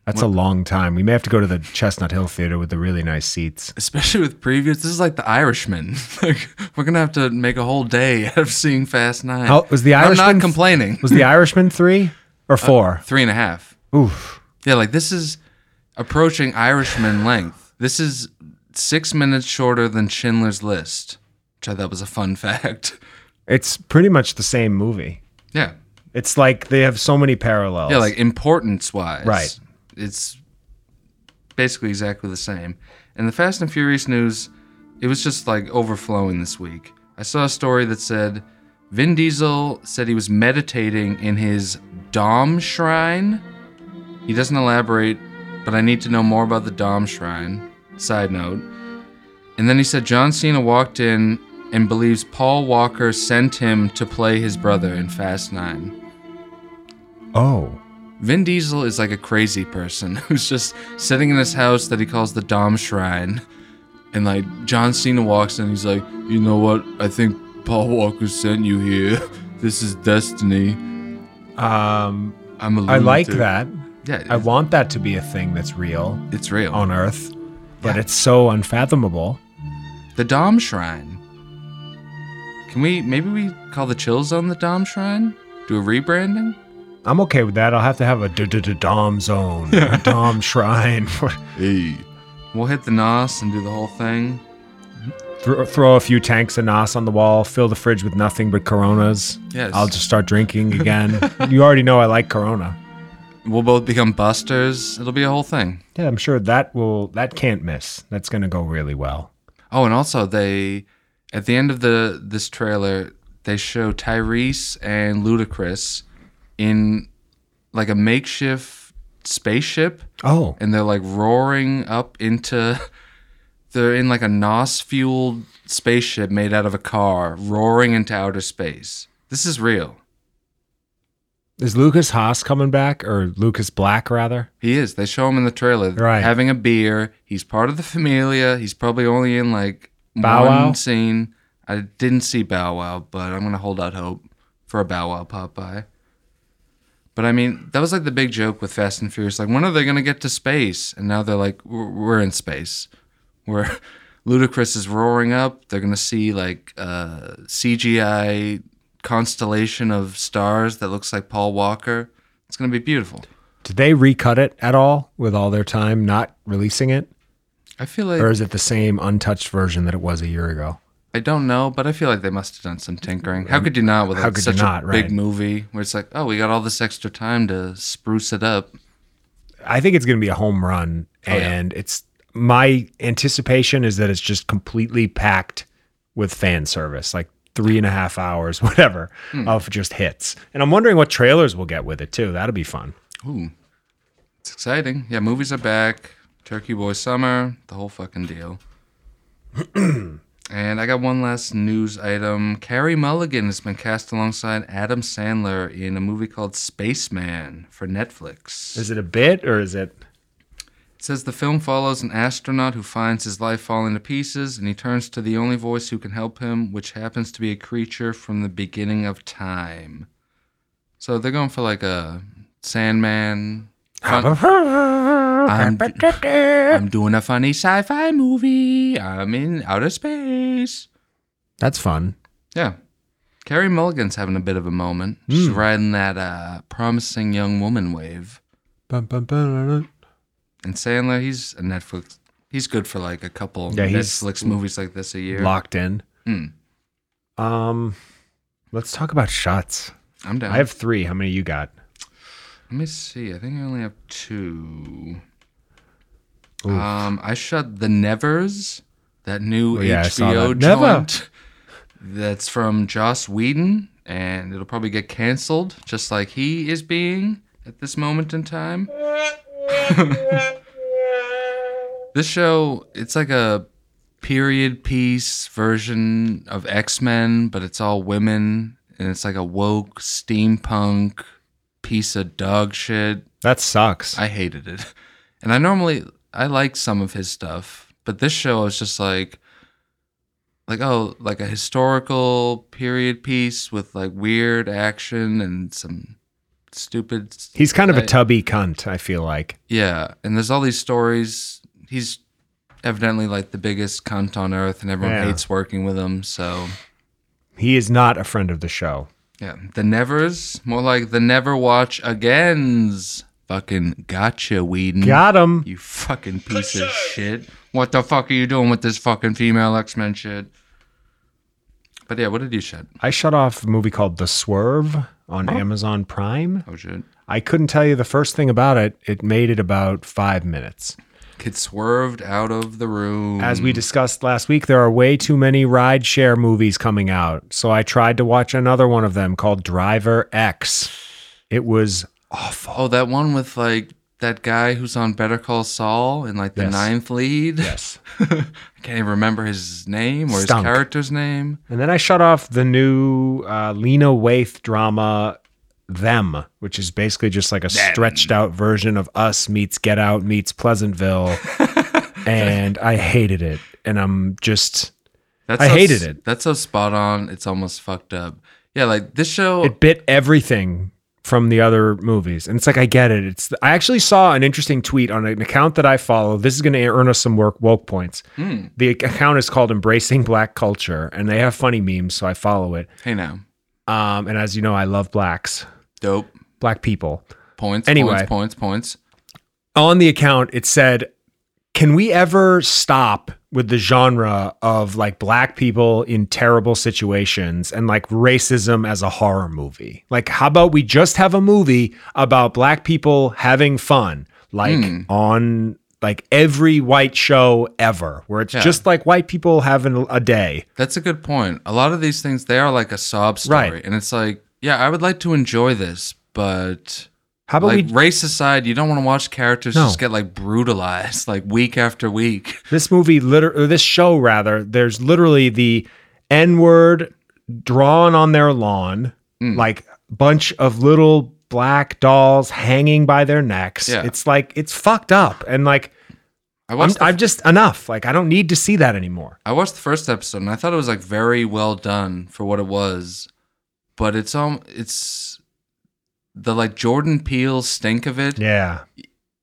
Speaker 7: That's a long time. We may have to go to the Chestnut Hill Theater with the really nice seats.
Speaker 5: especially with previews. This is like The Irishman. like, we're gonna have to make a whole day out of seeing Fast Nine.
Speaker 7: How- was The
Speaker 5: I'm
Speaker 7: Irishman-
Speaker 5: not complaining.
Speaker 7: Was The Irishman three
Speaker 5: Uh,
Speaker 7: or four?
Speaker 5: Three and a half.
Speaker 7: Oof.
Speaker 5: Yeah, like this is approaching Irishman length. This is six minutes shorter than Schindler's List, which I thought was a fun fact.
Speaker 7: It's pretty much the same movie.
Speaker 5: Yeah,
Speaker 7: It's like they have so many parallels.
Speaker 5: yeah, like importance wise,
Speaker 7: Right.
Speaker 5: It's basically exactly the same. And the Fast and Furious news, it was just like overflowing this week. I saw a story that said Vin Diesel said he was meditating in his Dom shrine. He doesn't elaborate, but I need to know more about the Dom shrine. Side note. And then he said John Cena walked in and believes Paul Walker sent him to play his brother in Fast 9.
Speaker 7: oh,
Speaker 5: Vin Diesel is like a crazy person who's just sitting in his house that he calls the Dom Shrine. And like John Cena walks in, he's like, You know what? I think Paul Walker sent you here. This is destiny.
Speaker 7: um,
Speaker 5: I'm a lunatic.
Speaker 7: I like that.
Speaker 5: Yeah,
Speaker 7: I want that to be a thing that's real
Speaker 5: it's real.
Speaker 7: on Earth, but it's so unfathomable.
Speaker 5: The Dom Shrine. Can we, maybe we call the chills on the Dom Shrine? Do a rebranding?
Speaker 7: I'm okay with that. I'll have to have a d- d- d- Dom zone, a Dom shrine.
Speaker 5: Hey. We'll hit the NOS and do the whole thing.
Speaker 7: Throw, throw a few tanks of Nas on the wall, fill the fridge with nothing but Coronas.
Speaker 5: Yes.
Speaker 7: I'll just start drinking again. you already know I like Corona.
Speaker 5: We'll both become busters. It'll be a whole thing.
Speaker 7: Yeah, I'm sure that will that can't miss. That's gonna go really well.
Speaker 5: Oh, and also they at the end of the this trailer, they show Tyrese and Ludacris in like a makeshift spaceship
Speaker 7: Oh,
Speaker 5: and they're like roaring up into they're in like a NOS fueled spaceship made out of a car, roaring into outer space. This is real.
Speaker 7: is Lucas Haas coming back or Lucas Black rather?
Speaker 5: He is. They show him in the trailer
Speaker 7: Right.
Speaker 5: having a beer. He's part of the familia. He's probably only in like
Speaker 7: Bow
Speaker 5: one
Speaker 7: Wow?
Speaker 5: scene. I didn't see Bow Wow, but I'm gonna hold out hope for a Bow Wow Popeye. But I mean, that was like the big joke with Fast and Furious. Like, when are they gonna get to space? And now they're like, we're, we're in space. Where Ludacris is roaring up. They're gonna see like uh, a CGI constellation of stars that looks like Paul Walker. It's gonna be beautiful.
Speaker 7: Did they recut it at all with all their time not releasing it,
Speaker 5: I feel like
Speaker 7: or is it the same untouched version that it was a year ago?
Speaker 5: I don't know, but I feel like they must have done some tinkering. How could you not with
Speaker 7: How
Speaker 5: a-
Speaker 7: could you
Speaker 5: such
Speaker 7: not,
Speaker 5: a
Speaker 7: right?
Speaker 5: big movie where it's like, oh, we got all this extra time to spruce it up?
Speaker 7: I think it's gonna be a home run,
Speaker 5: Oh, yeah.
Speaker 7: and it's my anticipation is that it's just completely packed with fan service. Like three and a half hours, whatever,
Speaker 5: Hmm.
Speaker 7: of just hits. And I'm wondering what trailers we'll get with it too. That'll be fun.
Speaker 5: Ooh, it's exciting. Yeah, movies are back. Turkey Boy Summer, the whole fucking deal. and I got one last news item. Carrie Mulligan has been cast alongside Adam Sandler in a movie called Spaceman for Netflix.
Speaker 7: Is it a bit or is it?
Speaker 5: It says the film follows an astronaut who finds his life falling to pieces and he turns to the only voice who can help him, which happens to be a creature from the beginning of time. So they're going for like a Sandman. fun- I'm, I'm doing a funny sci fi movie. I'm in outer space.
Speaker 7: That's fun.
Speaker 5: Yeah. Carrie Mulligan's having a bit of a moment. She's riding that uh, promising young woman wave. And Sandler, he's a Netflix. He's good for like a couple
Speaker 7: Yeah, he's
Speaker 5: Netflix movies like this a year.
Speaker 7: Locked in.
Speaker 5: Hmm.
Speaker 7: Um, let's talk about shots.
Speaker 5: I'm down.
Speaker 7: I have three. How many you got?
Speaker 5: Let me see. I think I only have two. Um, I shot The Nevers, that new
Speaker 7: Oh, yeah, I saw
Speaker 5: HBO
Speaker 7: that. Never.
Speaker 5: joint that's from Joss Whedon, and it'll probably get canceled, just like he is being at this moment in time. this show, it's like a period piece version of X Men, but it's all women, and it's like a woke steampunk piece of dog shit.
Speaker 7: That sucks.
Speaker 5: I hated it. And I normally I like some of his stuff, but this show I was just like like oh, like a historical period piece with like weird action and some stupid s-
Speaker 7: He's kind of a
Speaker 5: I-
Speaker 7: tubby cunt. I feel like.
Speaker 5: yeah, and there's all these stories. He's evidently like the biggest cunt on earth and everyone
Speaker 7: Yeah.
Speaker 5: hates working with him, so
Speaker 7: He is not a friend of the show.
Speaker 5: yeah, the nevers, more like the never watch agains. Fucking gotcha, Whedon.
Speaker 7: Got him.
Speaker 5: You fucking piece of shit. What the fuck are you doing with this fucking female X Men shit? But yeah, what did you shit?
Speaker 7: I shut off a movie called The Swerve on Amazon Prime.
Speaker 5: Oh shit.
Speaker 7: I couldn't tell you the first thing about it. It made it about five minutes.
Speaker 5: Kid swerved out of the room.
Speaker 7: As we discussed last week, there are way too many rideshare movies coming out. So I tried to watch another one of them called Driver X. It was awful.
Speaker 5: Oh, that one with like that guy who's on Better Call Saul in like the
Speaker 7: Yes.
Speaker 5: ninth lead.
Speaker 7: Yes.
Speaker 5: I can't even remember his name or
Speaker 7: Stunk.
Speaker 5: his character's name.
Speaker 7: And then I shut off the new uh, Lena Waithe drama, Them, which is basically just like a stretched out version of Us meets Get Out meets Pleasantville. and I hated it. And I'm just,
Speaker 5: That's
Speaker 7: I
Speaker 5: so
Speaker 7: hated
Speaker 5: s-
Speaker 7: it.
Speaker 5: That's so spot on. It's almost fucked up. Yeah, like this show.
Speaker 7: it bit everything from the other movies. And it's like, I get it. It's, I actually saw an interesting tweet on an account that I follow. This is going to earn us some work woke points. The account is called Embracing Black Culture, and they have funny memes, so I follow it.
Speaker 5: hey now,
Speaker 7: Um, and as you know, I love blacks,
Speaker 5: dope
Speaker 7: black people.
Speaker 5: points.
Speaker 7: Anyway.
Speaker 5: points, points, points.
Speaker 7: on the account it said can we ever stop with the genre of like black people in terrible situations and like racism as a horror movie like how about we just have a movie about black people having fun like
Speaker 5: Hmm.
Speaker 7: on like every white show ever where it's
Speaker 5: Yeah.
Speaker 7: just like white people having a day
Speaker 5: That's a good point. A lot of these things they are like a sob story,
Speaker 7: Right.
Speaker 5: and it's like, yeah, I would like to enjoy this, but
Speaker 7: how about
Speaker 5: like
Speaker 7: we
Speaker 5: race aside, you don't want to watch characters
Speaker 7: No.
Speaker 5: just get like brutalized like week after week.
Speaker 7: This movie, liter- or this show rather, there's literally the N word drawn on their lawn,
Speaker 5: Hmm.
Speaker 7: like bunch of little black dolls hanging by their necks.
Speaker 5: Yeah.
Speaker 7: It's like it's fucked up, and like
Speaker 5: I
Speaker 7: I'm,
Speaker 5: watched the
Speaker 7: I'm just enough. Like I don't need to see that anymore.
Speaker 5: I watched the first episode and I thought it was like very well done for what it was, but it's um it's the like Jordan Peele stink of it.
Speaker 7: Yeah,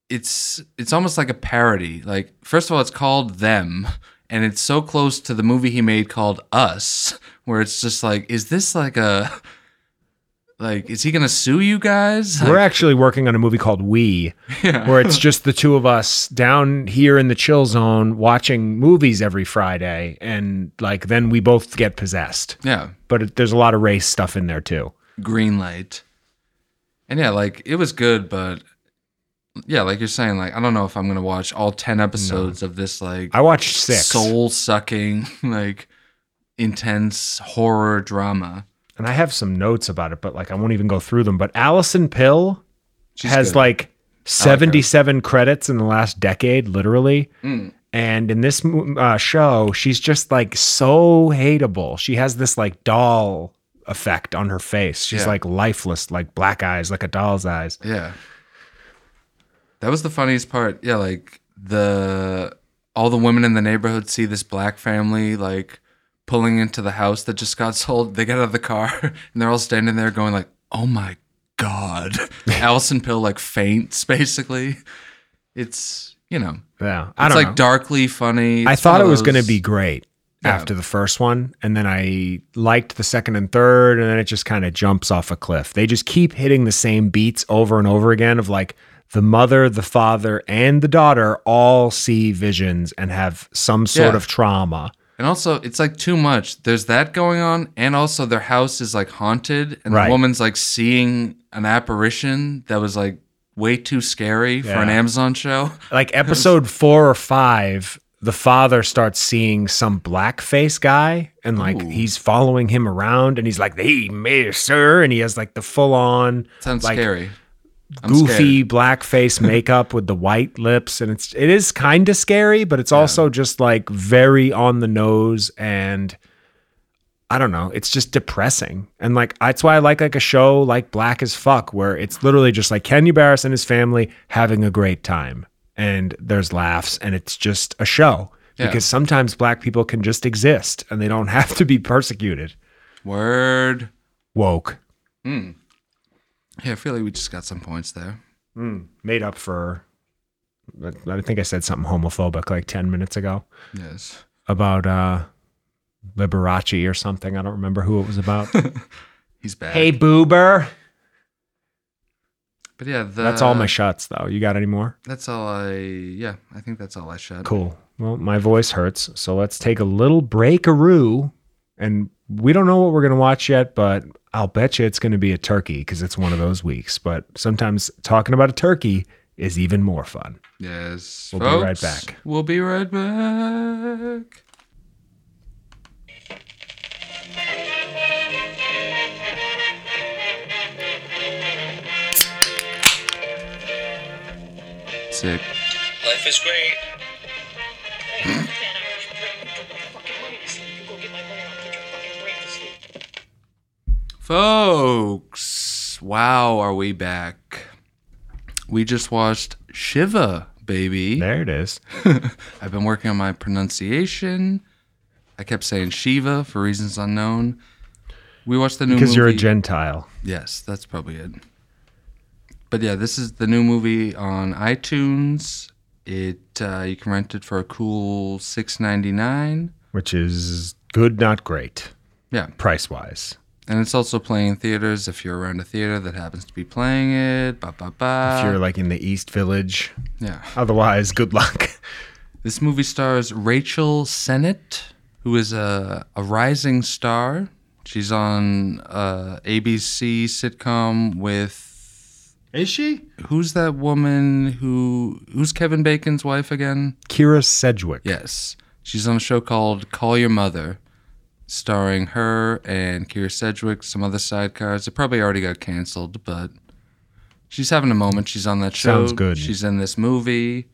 Speaker 5: It's it's almost like a parody. Like first of all, it's called Them, and it's so close to the movie he made called Us, where it's just like, is this like a like is he gonna sue you guys?
Speaker 7: we're
Speaker 5: Like,
Speaker 7: actually working on a movie called We,
Speaker 5: Yeah.
Speaker 7: where it's just the two of us down here in the chill zone watching movies every Friday, and like then we both get possessed.
Speaker 5: yeah,
Speaker 7: But it, there's a lot of race stuff in there too.
Speaker 5: green light. And yeah, like it was good, but yeah, like you're saying, like I don't know if I'm gonna watch all ten episodes of this like
Speaker 7: I watched six.
Speaker 5: soul sucking like intense horror drama.
Speaker 7: and I have some notes about it, but like I won't even go through them. But Allison Pill has
Speaker 5: good.
Speaker 7: like 77 credits in the last decade, literally.
Speaker 5: Mm.
Speaker 7: And in this mo- uh, show, she's just like so hateable. She has this like doll effect on her face. She's
Speaker 5: Yeah.
Speaker 7: like lifeless, like black eyes, like a doll's eyes.
Speaker 5: Yeah. That was the funniest part. Yeah, like the all the women in the neighborhood see this black family like pulling into the house that just got sold. They get out of the car and they're all standing there going like, "Oh my god." Allison Pill like faints basically. It's, you know,
Speaker 7: Yeah. I
Speaker 5: it's
Speaker 7: don't
Speaker 5: like
Speaker 7: know.
Speaker 5: darkly funny.
Speaker 7: I
Speaker 5: It's
Speaker 7: thought
Speaker 5: one
Speaker 7: it
Speaker 5: of
Speaker 7: was going to
Speaker 5: those-
Speaker 7: be great
Speaker 5: Yeah.
Speaker 7: after the first one, and then I liked the second and third, and then it just kind of jumps off a cliff. They just keep hitting the same beats over and over again of like the mother, the father, and the daughter all see visions and have some sort
Speaker 5: Yeah.
Speaker 7: of trauma.
Speaker 5: And also, it's like too much. There's that going on, and also their house is like haunted, and
Speaker 7: Right.
Speaker 5: the woman's like seeing an apparition that was like way too scary for an
Speaker 7: Yeah.
Speaker 5: Amazon show.
Speaker 7: Like episode four or five, the father starts seeing some blackface guy, and like he's following him around, and he's like, "Hey, miss, sir," and he has like the full on
Speaker 5: Sounds
Speaker 7: like,
Speaker 5: scary. I'm
Speaker 7: goofy blackface makeup with the white lips and it's it is kind of scary but it's also just like very on the nose and I don't know it's just depressing and like that's why I like like a show like Black as Fuck where it's literally just like Kenya Barris and his family having a great time and there's laughs and it's just a show
Speaker 5: Yeah.
Speaker 7: because sometimes black people can just exist and they don't have to be persecuted
Speaker 5: Word.
Speaker 7: woke
Speaker 5: Yeah, I feel like we just got some points there.
Speaker 7: Hmm. made up for I think I said something homophobic like 10 minutes ago
Speaker 5: Yes.
Speaker 7: about uh Liberace or something. I don't remember who it was about.
Speaker 5: He's bad.
Speaker 7: boober.
Speaker 5: But yeah, the,
Speaker 7: That's all my shots though. You got any more?
Speaker 5: That's all I. Yeah, I think that's all I shot.
Speaker 7: Cool. Well, my voice hurts, so let's take a little breakaroo and we don't know what we're going to watch yet, but I'll bet you it's going to be a turkey cuz it's one of those weeks, but sometimes talking about a turkey is even more fun.
Speaker 5: Yes.
Speaker 7: We'll be right
Speaker 5: folks.
Speaker 7: back.
Speaker 5: We'll be right back. Sick.
Speaker 6: Life is great.
Speaker 5: Folks, wow, are we back? We just watched Shiva, baby.
Speaker 7: There it is.
Speaker 5: I've been working on my pronunciation. I kept saying Shiva for reasons unknown. We watched the new
Speaker 7: Because
Speaker 5: movie.
Speaker 7: you're a gentile.
Speaker 5: Yes, that's probably it. But yeah, this is the new movie on iTunes. It uh, you can rent it for a cool six ninety nine.
Speaker 7: which is good, not great,
Speaker 5: Yeah,
Speaker 7: price wise.
Speaker 5: and it's also playing in theaters if you're around a theater that happens to be playing it. Ba ba ba.
Speaker 7: If you're like in the East Village,
Speaker 5: yeah.
Speaker 7: otherwise, good luck.
Speaker 5: This movie stars Rachel Sennett, who is a, a rising star. She's on uh, ABC sitcom with
Speaker 7: Is she?
Speaker 5: who's that woman who who's Kevin Bacon's wife again?
Speaker 7: Kira Sedgwick.
Speaker 5: Yes, she's on a show called Call Your Mother, starring her and Kira Sedgwick, some other sidecars. It probably already got canceled, but she's having a moment. She's on that show.
Speaker 7: Sounds good.
Speaker 5: She's in this movie.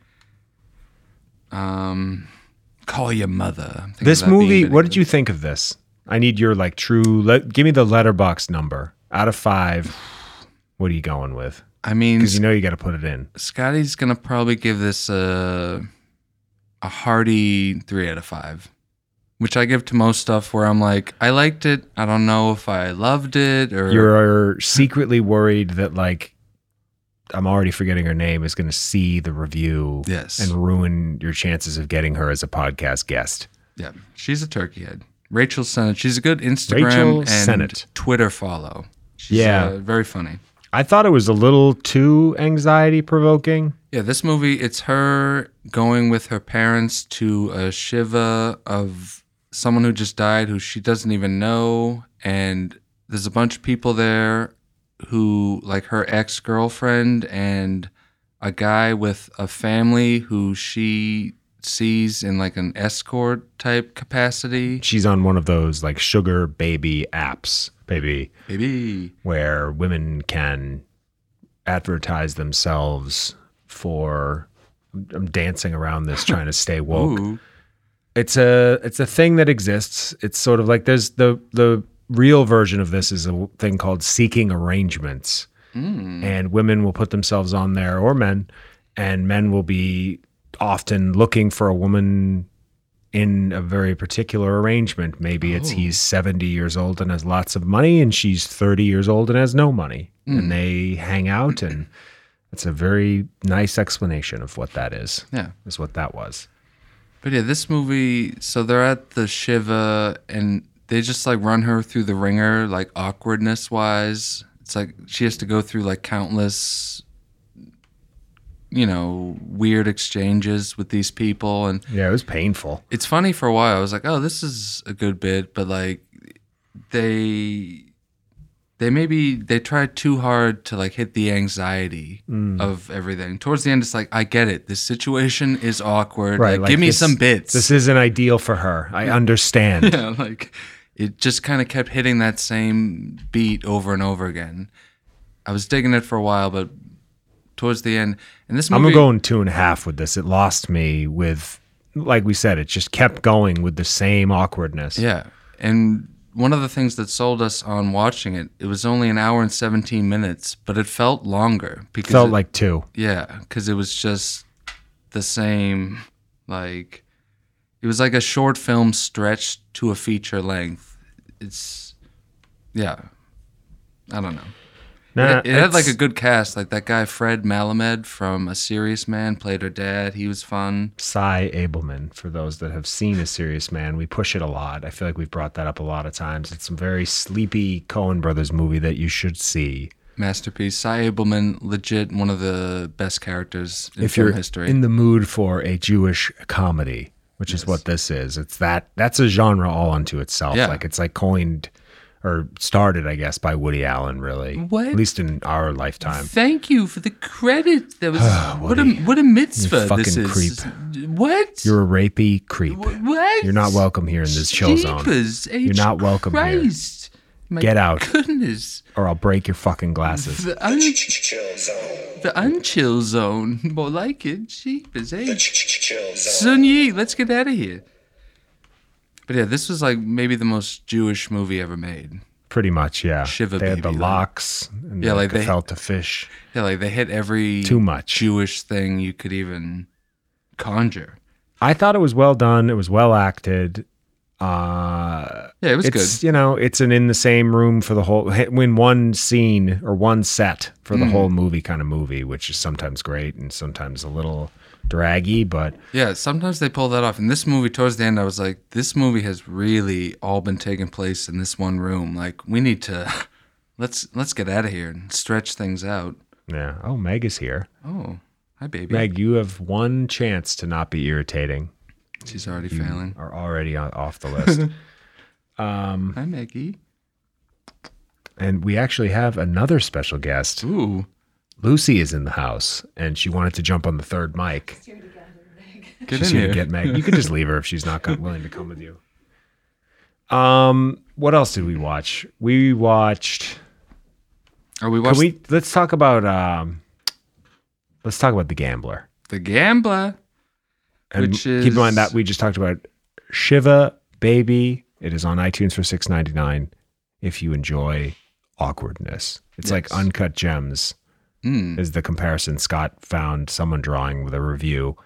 Speaker 5: Um, Call Your Mother. I'm thinking
Speaker 7: This
Speaker 5: of that being
Speaker 7: movie,
Speaker 5: big.
Speaker 7: what did you think of this? I need your like true, let, give me the letterbox number out of five. What are you going with?
Speaker 5: I mean,
Speaker 7: Because you know you got to put it in.
Speaker 5: Scotty's gonna probably give this a a hearty three out of five, which I give to most stuff where I'm like, I liked it. I don't know if I loved it or
Speaker 7: You're secretly worried that like, I'm already forgetting her name, is going to see the review
Speaker 5: Yes.
Speaker 7: and ruin your chances of getting her as a podcast guest.
Speaker 5: Yeah, she's a turkey head. Rachel Sennett. She's a good Instagram
Speaker 7: Rachel
Speaker 5: and
Speaker 7: Sennett.
Speaker 5: Twitter follow. She's,
Speaker 7: Yeah.
Speaker 5: uh, very funny.
Speaker 7: I thought it was a little too anxiety provoking.
Speaker 5: Yeah, this movie it's her going with her parents to a shiva of someone who just died who she doesn't even know and there's a bunch of people there who like her ex-girlfriend and a guy with a family who she sees in like an escort type capacity.
Speaker 7: She's on one of those like sugar baby apps, baby,
Speaker 5: Maybe.
Speaker 7: where women can advertise themselves for. I'm dancing around this, trying to stay woke.
Speaker 5: Ooh.
Speaker 7: it's a it's a thing that exists. It's sort of like there's the the real version of this is a thing called seeking arrangements, and women will put themselves on there or men, and men will be often looking for a woman in a very particular arrangement. Maybe it's he's seventy years old and has lots of money, and she's thirty years old and has no money, and they hang out and. It's a very nice explanation of what that is.
Speaker 5: Yeah.
Speaker 7: Is what that was.
Speaker 5: But yeah, this movie. So they're at the Shiva, and they just like run her through the ringer, like awkwardness wise. It's like she has to go through like countless, you know, weird exchanges with these people, and
Speaker 7: Yeah, it was painful.
Speaker 5: it's funny for a while. I was like, oh, this is a good bit, but like they they maybe they tried too hard to like hit the anxiety
Speaker 7: Mm.
Speaker 5: of everything. Towards the end, it's like, I get it. This situation is awkward. Like,
Speaker 7: like
Speaker 5: give me
Speaker 7: this-
Speaker 5: some bits.
Speaker 7: This isn't ideal for her. I understand.
Speaker 5: Yeah, like it just kind of kept hitting that same beat over and over again. I was digging it for a while, but towards the end, and this movie,
Speaker 7: I'm going two and a half with this. It lost me with, like we said, it just kept going with the same awkwardness.
Speaker 5: Yeah. And one of the things that sold us on watching it, it was only an hour and 17 minutes, but it felt longer because
Speaker 7: Felt
Speaker 5: it-
Speaker 7: like two.
Speaker 5: yeah, cuz it was just the same like it was like a short film stretched to a feature length. It's yeah. I don't know.
Speaker 7: Nah,
Speaker 5: it, it had
Speaker 7: it's-
Speaker 5: like a good cast, like that guy Fred Malamed from A Serious Man played her dad. He was fun.
Speaker 7: Cy Abelman. For those that have seen A Serious Man, we push it a lot. I feel like we've brought that up a lot of times. It's a very sleepy Cohen Brothers movie that you should see
Speaker 5: Masterpiece. Cy Abelman, legit one of the best characters in
Speaker 7: if
Speaker 5: film
Speaker 7: you're
Speaker 5: history.
Speaker 7: in the mood for a Jewish comedy, which is what this is. It's that that's a genre all unto itself.
Speaker 5: Yeah.
Speaker 7: Like it's like coined or started, I guess, by Woody Allen. Really,
Speaker 5: What?
Speaker 7: at least in our lifetime.
Speaker 5: Thank you for the credit. That was what a
Speaker 7: Woody.
Speaker 5: what a mitzvah
Speaker 7: You fucking
Speaker 5: this is.
Speaker 7: creep.
Speaker 5: What?
Speaker 7: You're a rapey creep.
Speaker 5: Wh- what?
Speaker 7: You're not welcome here in this chill zone,
Speaker 5: Jeepers, H.
Speaker 7: You're not welcome here.
Speaker 5: Christ. My
Speaker 7: Get out.
Speaker 5: Goodness.
Speaker 7: or I'll break your fucking glasses.
Speaker 5: The un-
Speaker 6: Chill zone.
Speaker 5: the unchill zone. More like it. Jeepers, H.
Speaker 6: Chill zone.
Speaker 5: Sun Yi, let's get out of here. But yeah, this was like maybe the most Jewish movie ever made.
Speaker 7: Pretty much, yeah.
Speaker 5: Shiva
Speaker 7: they had the
Speaker 5: baby, though.
Speaker 7: locks. And
Speaker 5: Yeah,
Speaker 7: the
Speaker 5: like they-
Speaker 7: felt to fish.
Speaker 5: Yeah, like they hit every
Speaker 7: Too much.
Speaker 5: Jewish thing you could even conjure.
Speaker 7: I thought it was well done. It was well acted. Uh,
Speaker 5: Yeah, it was good.
Speaker 7: it's, You know, it's an in the same room for the whole when one scene or one set for the whole movie kind of movie, which is sometimes great and sometimes a little draggy, but
Speaker 5: Yeah, sometimes they pull that off. In this movie, towards the end, I was like, this movie has really all been taking place in this one room. Like, we need to let's let's get out of here and stretch things out.
Speaker 7: yeah. Oh, Meg is here.
Speaker 5: Oh, hi, baby.
Speaker 7: Meg, you have one chance to not be irritating.
Speaker 5: She's already
Speaker 7: Mm-hmm.
Speaker 5: failing.
Speaker 7: Are already on, off the list,
Speaker 5: Hi, Maggie.
Speaker 7: and we actually have another special guest.
Speaker 5: Ooh,
Speaker 7: Lucy is in the house, and she wanted to jump on the third mic.
Speaker 5: get
Speaker 7: She's
Speaker 5: in
Speaker 7: here
Speaker 5: here.
Speaker 7: to get Meg. You can just leave her if she's not got- willing to come with you. Um, what else did we watch? We watched.
Speaker 5: Are we
Speaker 7: Can
Speaker 5: watching
Speaker 7: we? Let's talk about. Um, let's talk about the gambler.
Speaker 5: the Gambler?
Speaker 7: And
Speaker 5: Which
Speaker 7: keep in mind
Speaker 5: is-
Speaker 7: that we just talked about Shiva Baby. It is on iTunes for six ninety nine. If you enjoy awkwardness, it's like
Speaker 5: Yes.
Speaker 7: uncut gems.
Speaker 5: Mm,
Speaker 7: Is the comparison Scott found someone drawing with a review?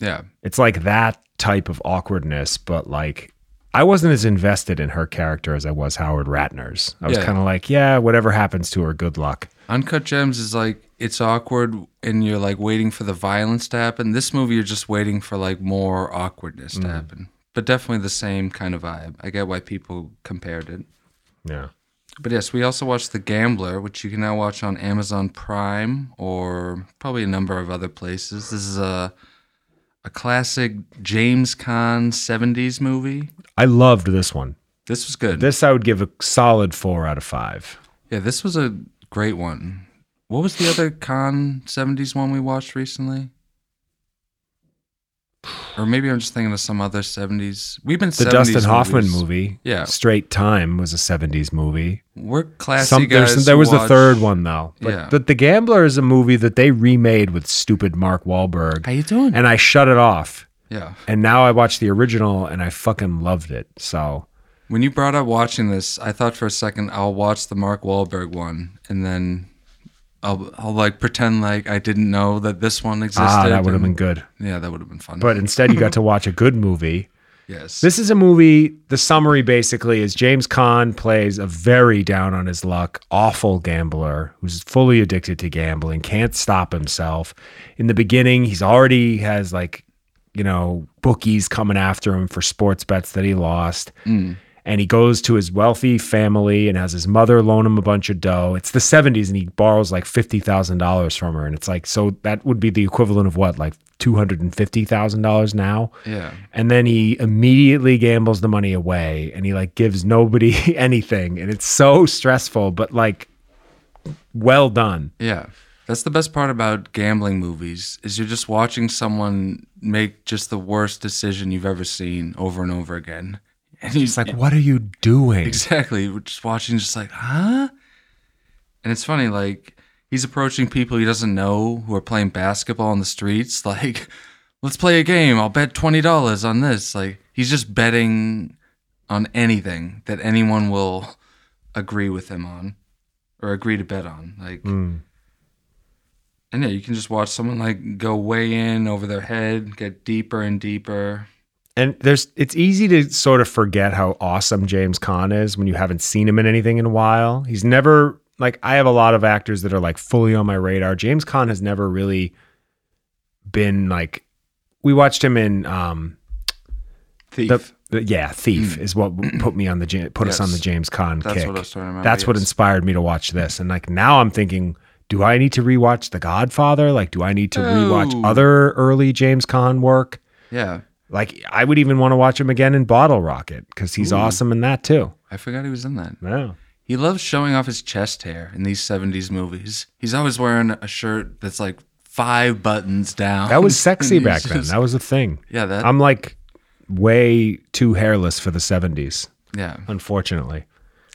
Speaker 5: yeah,
Speaker 7: It's like that type of awkwardness, but like I wasn't as invested in her character as I was Howard Ratner's. I was
Speaker 5: Yeah.
Speaker 7: kind of like, yeah, whatever happens to her, good luck.
Speaker 5: Uncut Gems is like it's awkward and you're like waiting for the violence to happen. This movie you're just waiting for like more awkwardness
Speaker 7: Mm.
Speaker 5: to happen. But definitely the same kind of vibe. I get why people compared it.
Speaker 7: Yeah.
Speaker 5: But yes, we also watched The Gambler, which you can now watch on Amazon Prime or probably a number of other places. This is a a classic James Caan 70s movie.
Speaker 7: I loved this one.
Speaker 5: This was good.
Speaker 7: This I would give a solid four out of five.
Speaker 5: yeah, this was a great one. What was the other Caan 70s one we watched recently? Or maybe I'm just thinking of some other 70s. We've been
Speaker 7: The
Speaker 5: 70s
Speaker 7: Dustin Hoffman
Speaker 5: movies.
Speaker 7: movie,
Speaker 5: Yeah.
Speaker 7: Straight Time was a '70s movie.
Speaker 5: We're classy
Speaker 7: Some,
Speaker 5: guys.
Speaker 7: there's, there
Speaker 5: who
Speaker 7: was the
Speaker 5: watch-
Speaker 7: third one though. But,
Speaker 5: Yeah.
Speaker 7: but The Gambler is a movie that they remade with stupid Mark Wahlberg,
Speaker 5: How you doing?
Speaker 7: and I shut it off.
Speaker 5: yeah.
Speaker 7: And now I watched the original, and I fucking loved it. So
Speaker 5: When you brought up watching this, I thought for a second I'll watch the Mark Wahlberg one, and then I'll I'll like pretend like I didn't know that this one existed.
Speaker 7: ah, that would have been
Speaker 5: and-
Speaker 7: good.
Speaker 5: Yeah, that would have been fun.
Speaker 7: But instead, you got to watch a good movie.
Speaker 5: yes,
Speaker 7: This is a movie. The summary basically is James Caan plays a very down on his luck, awful gambler who's fully addicted to gambling, can't stop himself. In the beginning, he's already has like, you know, bookies coming after him for sports bets that he lost. And he goes to his wealthy family and has his mother loan him a bunch of dough. It's the 70s and he borrows like $50,000 from her. And it's like, so that would be the equivalent of what, like $250,000 now?
Speaker 5: yeah,
Speaker 7: and then he immediately gambles the money away and he like gives nobody anything and it's so stressful but like well done
Speaker 5: yeah. That's the best part about gambling movies is you're just watching someone make just the worst decision you've ever seen over and over again, and you
Speaker 7: it's like what are you doing
Speaker 5: Exactly. We're just watching, just like, huh? And it's funny, like, he's approaching people he doesn't know who are playing basketball on the streets. Like, let's play a game. I'll bet $20 on this. Like, he's just betting on anything that anyone will agree with him on or agree to bet on. Like,
Speaker 7: Hmm.
Speaker 5: and yeah, you can just watch someone, like, go way in over their head, get deeper and deeper.
Speaker 7: and there's it's easy to sort of forget how awesome James Caan is when you haven't seen him in anything in a while he's never like I have a lot of actors that are like fully on my radar James Caan has never really been like we watched him in um
Speaker 5: Thief. Hmm.
Speaker 7: The, the- yeah, Thief is what put me on the Ja- put us on
Speaker 5: Yes.
Speaker 7: the James Caan
Speaker 5: That's
Speaker 7: kick.
Speaker 5: what I was trying to remember,
Speaker 7: That's what
Speaker 5: yes.
Speaker 7: inspired me to watch this, and like now I'm thinking, do I need to rewatch The Godfather? Like, do I need to rewatch
Speaker 5: No.
Speaker 7: other early James Caan work?
Speaker 5: yeah.
Speaker 7: Like, I would even want to watch him again in Bottle Rocket because he's awesome in that too.
Speaker 5: I forgot he was in that.
Speaker 7: Yeah.
Speaker 5: He loves showing off his chest hair in these 70s movies. He's always wearing a shirt that's like five buttons down.
Speaker 7: That was sexy
Speaker 5: And
Speaker 7: back
Speaker 5: he's
Speaker 7: then.
Speaker 5: just-
Speaker 7: That Um, was a thing.
Speaker 5: yeah, that.
Speaker 7: I'm like way too hairless for the 70s,
Speaker 5: yeah,
Speaker 7: unfortunately.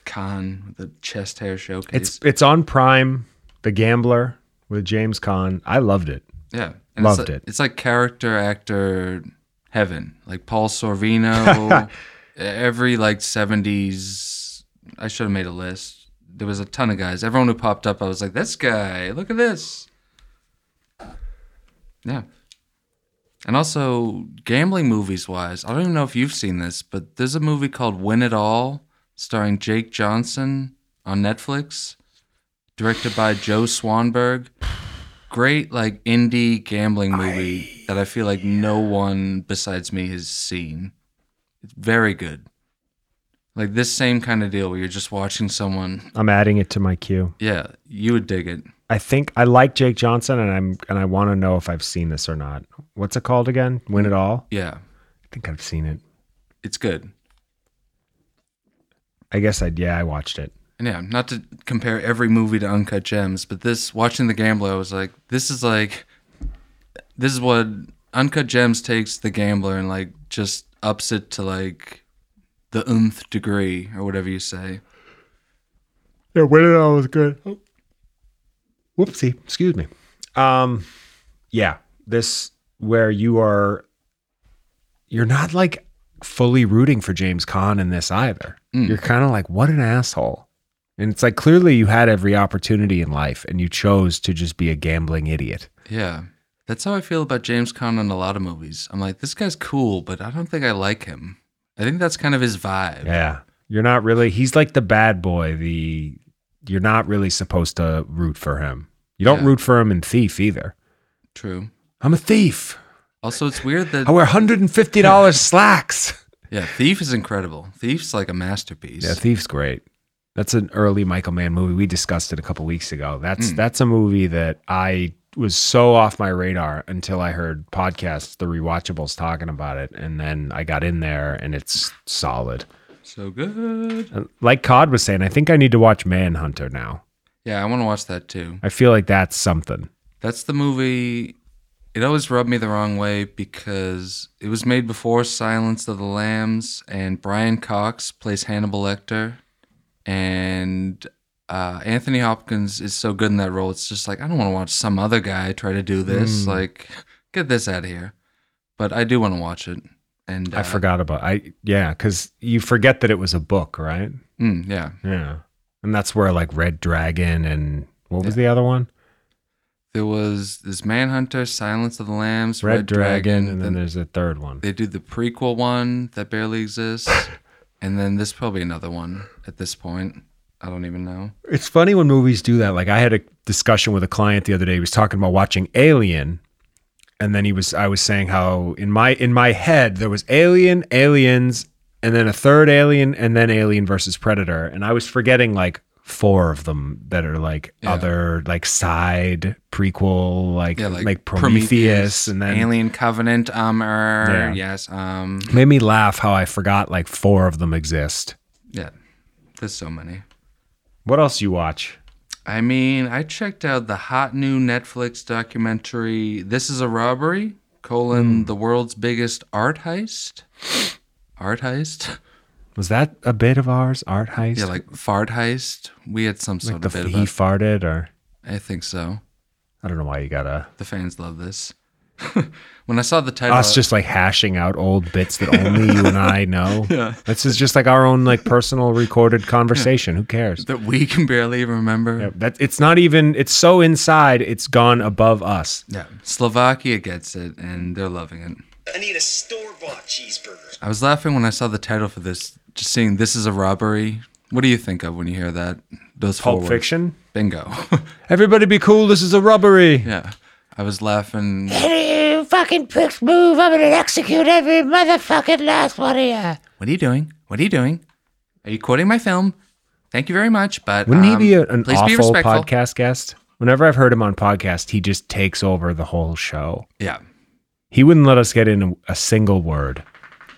Speaker 5: Khan with the chest hair showcase.
Speaker 7: It's it's on Prime, The Gambler with James Caan. I loved it.
Speaker 5: yeah,
Speaker 7: loved
Speaker 5: it's like,
Speaker 7: it.
Speaker 5: It's like character actor heaven, like Paul Sorvino. every like 70s. I should have made a list. There was a ton of guys. Everyone who popped up, I was like, "This guy, look at this." Yeah. And also, gambling movies wise, I don't even know if you've seen this, but there's a movie called Win It All starring Jake Johnson on Netflix, directed by Joe Swanberg. Great, like, indie gambling movie that I feel like no one besides me has seen. It's very good. Like, this same kind of deal where you're just watching someone.
Speaker 7: I'm adding it to my queue.
Speaker 5: Yeah, you would dig it.
Speaker 7: I think I like Jake Johnson, and I'm and I want to know if I've seen this or not. What's it called again? Win it all?
Speaker 5: Yeah,
Speaker 7: I think I've seen it.
Speaker 5: it's good.
Speaker 7: I guess I yeah I watched it.
Speaker 5: And yeah, not to compare every movie to Uncut Gems, but this watching The Gambler, I was like, this is like, this is what Uncut Gems takes The Gambler and like just ups it to like the nth degree or whatever you say.
Speaker 7: Yeah, Win it all was good. Oh. Whoopsie, excuse me. Um, yeah, this where you are. You're not like fully rooting for James Caan in this either. You're kind of like, what an asshole. And it's like clearly you had every opportunity in life, and you chose to just be a gambling idiot.
Speaker 5: Yeah. That's how I feel about James Caan in a lot of movies. I'm like, this guy's cool, but I don't think I like him. I think that's kind of his vibe.
Speaker 7: Yeah. You're not really he's like the bad boy, the you're not really supposed to root for him. You don't
Speaker 5: Yeah.
Speaker 7: root for him in Thief either.
Speaker 5: True.
Speaker 7: I'm a thief.
Speaker 5: Also, it's weird that
Speaker 7: I wear $150 slacks.
Speaker 5: yeah, Thief is incredible. Thief's like a masterpiece.
Speaker 7: Yeah, Thief's great. That's an early Michael Mann movie. We discussed it a couple weeks ago. That's that's a movie that I was so off my radar until I heard podcasts, the rewatchables talking about it, and then I got in there and it's solid.
Speaker 5: so good.
Speaker 7: And Like Cod was saying, I think I need to watch Manhunter now.
Speaker 5: Yeah, I want to watch that too.
Speaker 7: I feel like that's something.
Speaker 5: That's the movie it always rubbed me the wrong way because it was made before Silence of the Lambs, and Brian Cox plays Hannibal Lecter, and uh, Anthony Hopkins is so good in that role. It's just like I don't want to watch some other guy try to do
Speaker 7: Hmm.
Speaker 5: this. Like, get this out of here. But I do want to watch it. And
Speaker 7: I
Speaker 5: uh,
Speaker 7: forgot about I yeah, because you forget that it was a book, right?
Speaker 5: mm, yeah,
Speaker 7: Yeah, and that's where like Red Dragon and what was the other one?
Speaker 5: there was this Manhunter, Silence of the Lambs,
Speaker 7: Red,
Speaker 5: Red,
Speaker 7: Dragon, and then
Speaker 5: then
Speaker 7: there's a third one.
Speaker 5: they do the prequel one that barely exists, and then there's probably another one at this point. I don't even know.
Speaker 7: It's funny when movies do that. Like I had a discussion with a client the other day. He was talking about watching Alien, and then he was I was saying how in my in my head there was Alien, Aliens, and then a third Alien, and then Alien versus Predator, and I was forgetting like four of them that are like
Speaker 5: Yeah.
Speaker 7: other like side prequel like
Speaker 5: Yeah,
Speaker 7: like,
Speaker 5: like,
Speaker 7: Prometheus, and then
Speaker 5: Alien Covenant armor.
Speaker 7: Yeah.
Speaker 5: Yes. Um.
Speaker 7: made me laugh how I forgot like four of them exist.
Speaker 5: Yeah. There's so many.
Speaker 7: What else you watch?
Speaker 5: I mean, I checked out the hot new Netflix documentary. This is a robbery:
Speaker 7: Hmm.
Speaker 5: colon the world's biggest art heist. Art heist.
Speaker 7: Was that a bit of ours? Art heist?
Speaker 5: Yeah, like fart heist. We had some
Speaker 7: like
Speaker 5: sort
Speaker 7: the
Speaker 5: of bit
Speaker 7: he
Speaker 5: about.
Speaker 7: farted or
Speaker 5: I think so.
Speaker 7: I don't know why you gotta.
Speaker 5: The fans love this. when I saw the title,
Speaker 7: Us just like hashing out old bits that only you and I know. Yeah. This is just like our own like personal recorded conversation. Who cares?
Speaker 5: that we can barely even remember.
Speaker 7: Yeah, That it's not even. It's so inside. It's gone above us.
Speaker 5: Yeah. Slovakia gets it, and they're loving it.
Speaker 6: I need a store-bought cheeseburger.
Speaker 5: I was laughing when I saw the title for this, just seeing this is a robbery. What do you think of when you hear that? Those four
Speaker 7: Pulp
Speaker 5: words?
Speaker 7: Fiction.
Speaker 5: Bingo.
Speaker 7: Everybody be cool. This is a robbery.
Speaker 5: yeah. I was laughing.
Speaker 11: You fucking pricks move. I'm gonna execute every motherfucking last one of you.
Speaker 5: What are you doing? What are you doing? Are you quoting my film? Thank you very much, but
Speaker 7: Wouldn't
Speaker 5: um,
Speaker 7: he be a- an
Speaker 5: please be
Speaker 7: awful
Speaker 5: respectful.
Speaker 7: podcast guest? Whenever I've heard him on podcast, he just takes over the whole show.
Speaker 5: Yeah,
Speaker 7: He wouldn't let us get in a, a single word.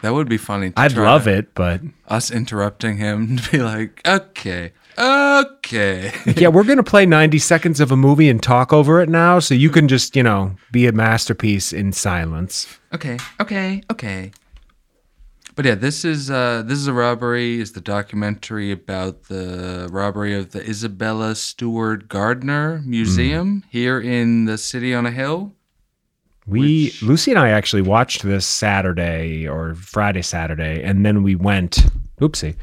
Speaker 5: that would be funny. to
Speaker 7: I'd
Speaker 5: try
Speaker 7: love
Speaker 5: to-
Speaker 7: it, but
Speaker 5: Us interrupting him to be like, okay, okay.
Speaker 7: yeah, we're going to play 90 seconds of a movie and talk over it now. So you can just, you know, be a masterpiece in silence.
Speaker 5: okay okay okay but yeah this is uh this is a robbery is the documentary about the robbery of the isabella stewart gardner
Speaker 7: Hmm.
Speaker 5: museum here in the city on a hill
Speaker 7: We, Lucy and I actually watched this Saturday or Friday, Saturday, and then we went, oopsie,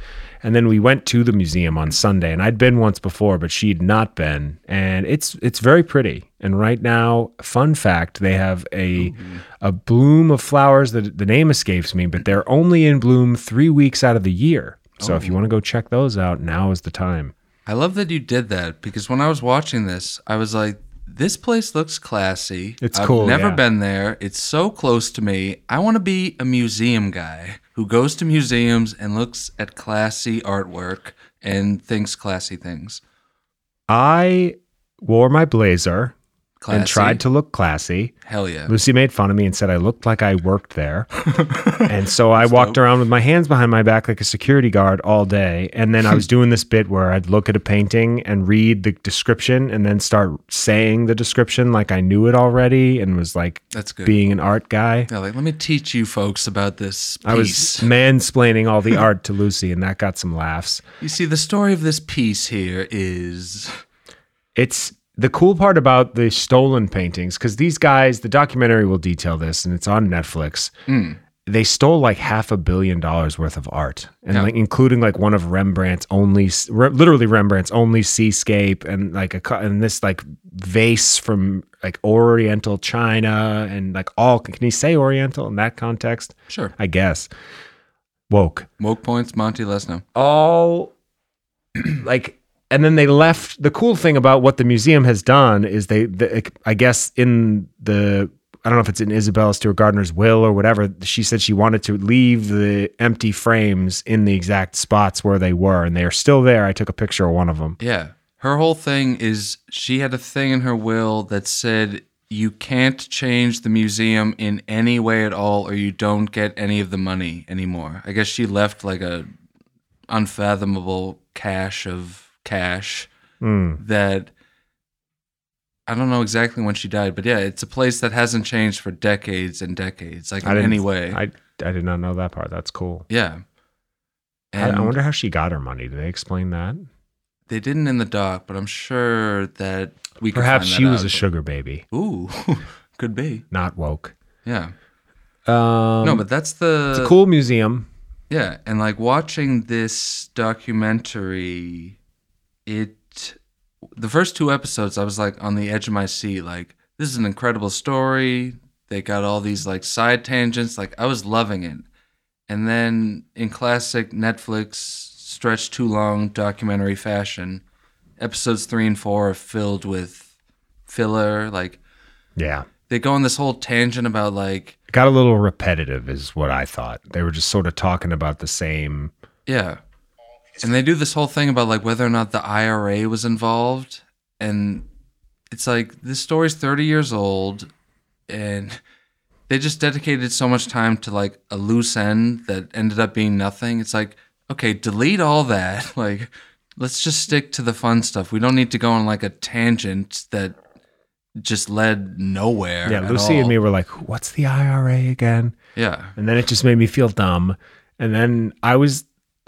Speaker 7: and then we went to the museum on Sunday. And I'd been once before, but she'd not been. And it's, it's very pretty. And right now, fun fact, they have a, a bloom of flowers that the name escapes me, but they're only in bloom three weeks out of the year. So if you want to go check those out, now is the time.
Speaker 5: i love that you did that because when i was watching this i was like this place looks classy
Speaker 7: It's
Speaker 5: I've
Speaker 7: cool,
Speaker 5: never
Speaker 7: yeah.
Speaker 5: been there it's so close to me i want to be a museum guy who goes to museums and looks at classy artwork and thinks classy things
Speaker 7: I wore my blazer
Speaker 5: classy.
Speaker 7: and tried to look classy.
Speaker 5: hell yeah
Speaker 7: Lucy made fun of me and said I looked like I worked there. and so I walked around with my hands behind my back like a security guard all day. And then I was doing this bit where I'd look at a painting and read the description and then start saying the description like I knew it already and was like
Speaker 5: That's good.
Speaker 7: being an art guy.
Speaker 5: Yeah, like let me teach you folks about this piece.
Speaker 7: I was mansplaining all the art to Lucy, and that got some laughs.
Speaker 5: you see, the story of this piece here is
Speaker 7: it's the cool part about the stolen paintings because these guys the documentary will detail this and it's on netflix they stole like half a billion dollars worth of art and like including like one of rembrandt's only re- literally rembrandt's only seascape and like a cu- and this like vase from like oriental china and like all can you say oriental in that context
Speaker 5: sure.
Speaker 7: i guess woke
Speaker 5: Woke points, Monty Lesno.
Speaker 7: all like and then they left the cool thing about what the museum has done is they, the, i guess in the i don't know if it's in isabella stewart gardner's will or whatever she said she wanted to leave the empty frames in the exact spots where they were and they are still there i took a picture of one of them
Speaker 5: Yeah. Her whole thing is she had a thing in her will that said you can't change the museum in any way at all or you don't get any of the money anymore. I guess she left like a
Speaker 7: Hmm.
Speaker 5: unfathomable cache of cash that I don't know exactly when she died, but yeah, it's a place that hasn't changed for decades and decades, like
Speaker 7: I
Speaker 5: in
Speaker 7: didn't,
Speaker 5: any way.
Speaker 7: I, I did not know that part. That's cool.
Speaker 5: yeah.
Speaker 7: I-
Speaker 5: And
Speaker 7: I wonder how she got her money. Did they explain that?
Speaker 5: they didn't in the doc, but I'm sure that we could
Speaker 7: Perhaps
Speaker 5: find
Speaker 7: she
Speaker 5: that
Speaker 7: was
Speaker 5: out.
Speaker 7: a sugar baby,
Speaker 5: Ooh, could be.
Speaker 7: not woke.
Speaker 5: Yeah.
Speaker 7: Um,
Speaker 5: no, but that's the
Speaker 7: it's a cool museum.
Speaker 5: Yeah, and like watching this documentary, it the first two episodes I was like on the edge of my seat like this is an incredible story. They got all these like side tangents, like I was loving it. And then in classic Netflix stretch too long documentary fashion, episodes 3 and 4 are filled with filler like
Speaker 7: Yeah.
Speaker 5: they go on this whole tangent about like
Speaker 7: It got a little repetitive, is what I thought. They were just sort of talking about the same.
Speaker 5: Yeah. And they do this whole thing about like whether or not the IRA was involved. And it's like this story's 30 years old and they just dedicated so much time to like a loose end that ended up being nothing. It's like, okay, delete all that. Like, let's just stick to the fun stuff. We don't need to go on like a tangent that just led nowhere.
Speaker 7: Yeah,
Speaker 5: Er, at
Speaker 7: Lucy and
Speaker 5: all.
Speaker 7: me were like, "What's the IRA again?"
Speaker 5: Yeah.
Speaker 7: And then it just made me feel dumb. And then I was,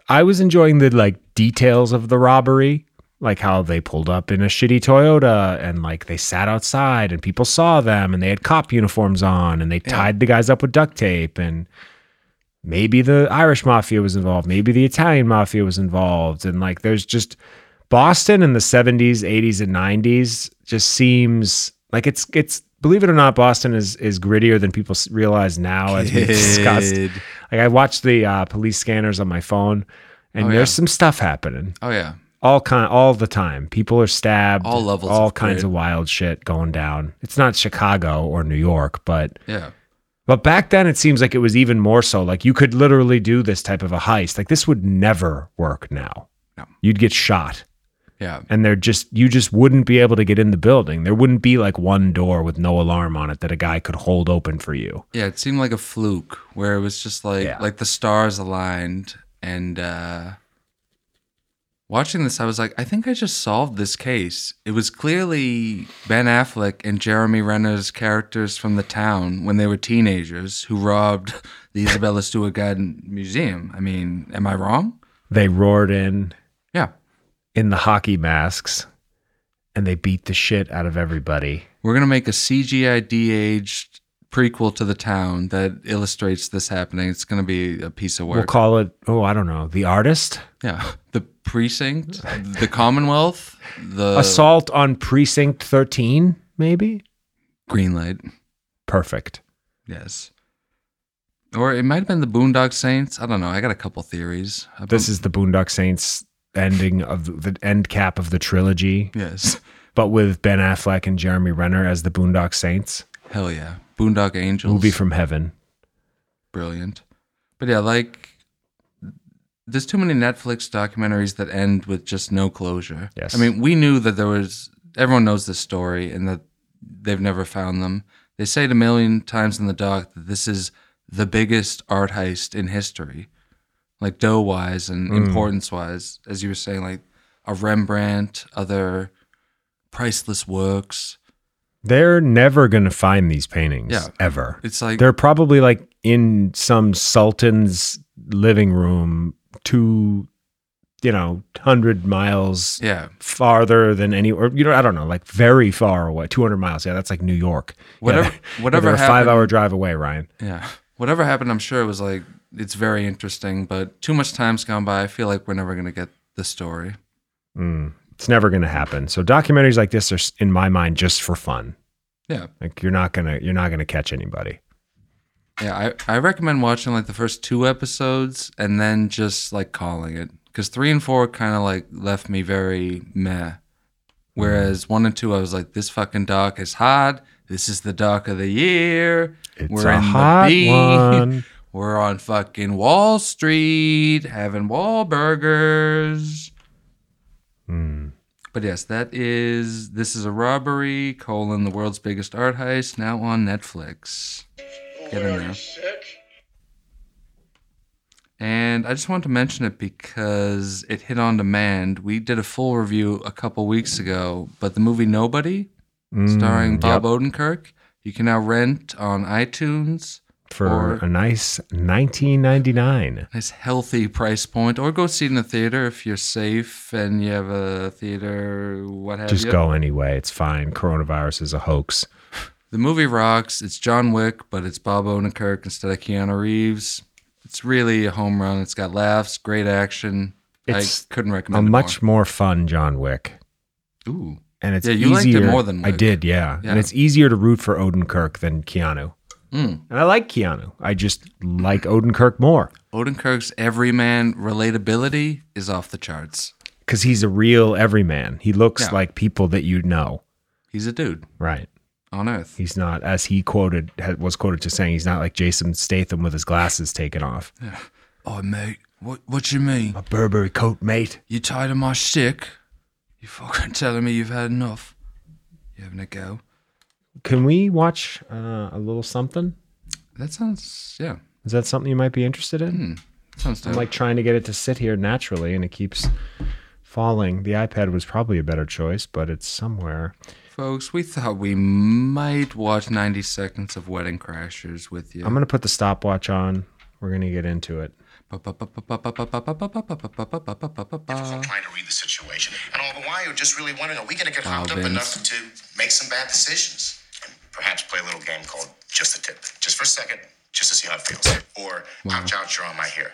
Speaker 7: I was enjoying the like details of the robbery, like how they pulled up in a shitty Toyota and like they sat outside and people saw them and they had cop uniforms on and they tied the guys up with duct tape and maybe the Irish mafia was involved, maybe the Italian mafia was involved, and like there's just Boston in the 70s, 80s, and 90s just seems like it's it's believe it or not, Boston is is grittier than people s- realize now as we discussed.
Speaker 5: Kid.
Speaker 7: Like I watched the uh, police scanners on my phone, and
Speaker 5: Oh,
Speaker 7: there's
Speaker 5: yeah.
Speaker 7: some stuff happening
Speaker 5: Oh, yeah.
Speaker 7: all kind all the time. People are stabbed,
Speaker 5: All levels
Speaker 7: all
Speaker 5: of
Speaker 7: kinds
Speaker 5: grit.
Speaker 7: of wild shit going down. It's not Chicago or New York, but
Speaker 5: Yeah.
Speaker 7: but back then, it seems like it was even more so. Like you could literally do this type of a heist. Like this would never work now.
Speaker 5: No.
Speaker 7: You'd get shot,
Speaker 5: Yeah.
Speaker 7: and there just you just wouldn't be able to get in the building. There wouldn't be like one door with no alarm on it that a guy could hold open for you.
Speaker 5: Yeah, it seemed like a fluke where it was just like
Speaker 7: Yeah.
Speaker 5: like the stars aligned and uh watching this I was like I think I just solved this case. It was clearly Ben Affleck and Jeremy Renner's characters from the town when they were teenagers who robbed the Isabella Stewart Garden Museum. I mean, am I wrong?
Speaker 7: They roared in
Speaker 5: Yeah.
Speaker 7: in the hockey masks, and they beat the shit out of everybody.
Speaker 5: We're going to make a CGI de-aged prequel to the town that illustrates this happening. It's going to be a piece of work.
Speaker 7: We'll call it oh I don't know the artist
Speaker 5: Yeah, the precinct, the Commonwealth, the
Speaker 7: assault on precinct thirteen maybe
Speaker 5: green light.
Speaker 7: perfect.
Speaker 5: Yes, or it might have been the Boondock Saints. I don't know. I got a couple theories. I've
Speaker 7: This
Speaker 5: been-
Speaker 7: is the Boondock Saints ending of the end cap of the trilogy,
Speaker 5: yes,
Speaker 7: but with Ben Affleck and Jeremy Renner as the Boondock Saints.
Speaker 5: hell yeah, Boondock Angels
Speaker 7: Movie from heaven.
Speaker 5: brilliant. But yeah, like there's too many Netflix documentaries that end with just no closure.
Speaker 7: Yes.
Speaker 5: I mean, we knew that there was everyone knows this story and that they've never found them. They say it a million times in the doc that this is the biggest art heist in history. Like dough wise and importance wise, as you were saying, like a Rembrandt, other priceless works.
Speaker 7: They're never going to find these paintings
Speaker 5: Yeah.
Speaker 7: ever.
Speaker 5: It's like
Speaker 7: They're probably like in some sultan's living room, two, you know, hundred miles
Speaker 5: yeah.
Speaker 7: farther than any, or you know, I don't know, like very far away, two hundred miles. Yeah, that's like New York.
Speaker 5: Whatever-
Speaker 7: yeah,
Speaker 5: whatever
Speaker 7: they're a five-hour
Speaker 5: happened-
Speaker 7: drive away, Ryan.
Speaker 5: Yeah. Whatever happened, I'm sure it was like it's very interesting, but too much time's gone by. I feel like we're never gonna get the story.
Speaker 7: It's never going to happen. So documentaries like this are, s- in my mind, just for fun.
Speaker 5: Yeah.
Speaker 7: Like you're not gonna you're not gonna catch anybody.
Speaker 5: Yeah. I, I recommend watching like the first two episodes and then just like calling it. Because three and four kind of like left me very meh.
Speaker 7: Mm.
Speaker 5: Whereas one and two, I was like, this fucking doc is hot. This is the doc of the year.
Speaker 7: It's
Speaker 5: We're
Speaker 7: a
Speaker 5: in the
Speaker 7: hot
Speaker 5: beat.
Speaker 7: one.
Speaker 5: We're on fucking Wall Street having Wahlburgers.
Speaker 7: Hmm.
Speaker 5: But yes, that is this is a robbery, colon the world's biggest art heist, now on Netflix. Get in there. And I just want to mention it because it hit on demand. We did a full review a couple weeks ago, but the movie Nobody, starring
Speaker 7: Mm,
Speaker 5: Bob
Speaker 7: yep.
Speaker 5: Odenkirk. You can now rent on iTunes
Speaker 7: for
Speaker 5: or-
Speaker 7: a nice 19.99.
Speaker 5: Nice healthy price point, or go see it in the theater if you're safe and you have a theater. What have
Speaker 7: Just
Speaker 5: you.
Speaker 7: go anyway. It's fine. Coronavirus is a hoax.
Speaker 5: The movie rocks. It's John Wick, but it's Bob Odenkirk instead of Keanu Reeves. It's really a home run. It's got laughs, great action.
Speaker 7: It's
Speaker 5: I couldn't
Speaker 7: A
Speaker 5: recommend it
Speaker 7: much more. fun John Wick.
Speaker 5: more. Ooh,
Speaker 7: And it's
Speaker 5: Yeah, you liked it
Speaker 7: easier.
Speaker 5: more than
Speaker 7: I
Speaker 5: Wick.
Speaker 7: did, yeah.
Speaker 5: Yeah.
Speaker 7: And it's easier to root for Odenkirk than Keanu.
Speaker 5: Mm.
Speaker 7: And I like Keanu. I just like Odenkirk more
Speaker 5: Odenkirk's everyman relatability is off the charts.
Speaker 7: because he's a real everyman. He looks
Speaker 5: Yeah.
Speaker 7: like people that you know.
Speaker 5: He's a dude
Speaker 7: Right.
Speaker 5: on Earth.
Speaker 7: He's not, as he quoted, ha- was quoted to saying, he's not like Jason Statham with his glasses taken off.
Speaker 5: Oh, mate, what what you mean?
Speaker 7: A Burberry coat, mate.
Speaker 5: You tired of my stick? You fucking telling me you've had enough? You having a go?
Speaker 7: Can we watch uh, a little something?
Speaker 5: That sounds yeah.
Speaker 7: Is that something you might be interested in?
Speaker 5: Sounds
Speaker 7: I'm
Speaker 5: dope.
Speaker 7: like trying to get it to sit here naturally and it keeps falling. The iPad was probably a better choice, but it's somewhere.
Speaker 5: Folks, we thought we might watch 90 seconds of Wedding Crashers with you.
Speaker 7: I'm going to put the stopwatch on. We're going to get into it.
Speaker 6: Trying to read the situation. And all the while, you're just really wondering are we going to get
Speaker 5: Wow,
Speaker 6: hopped up
Speaker 5: Vince.
Speaker 6: enough to make some bad decisions? And perhaps play a little game called Just a Tip, just for a second, just to see how it feels. Or, ouch, ouch, you're on my hair.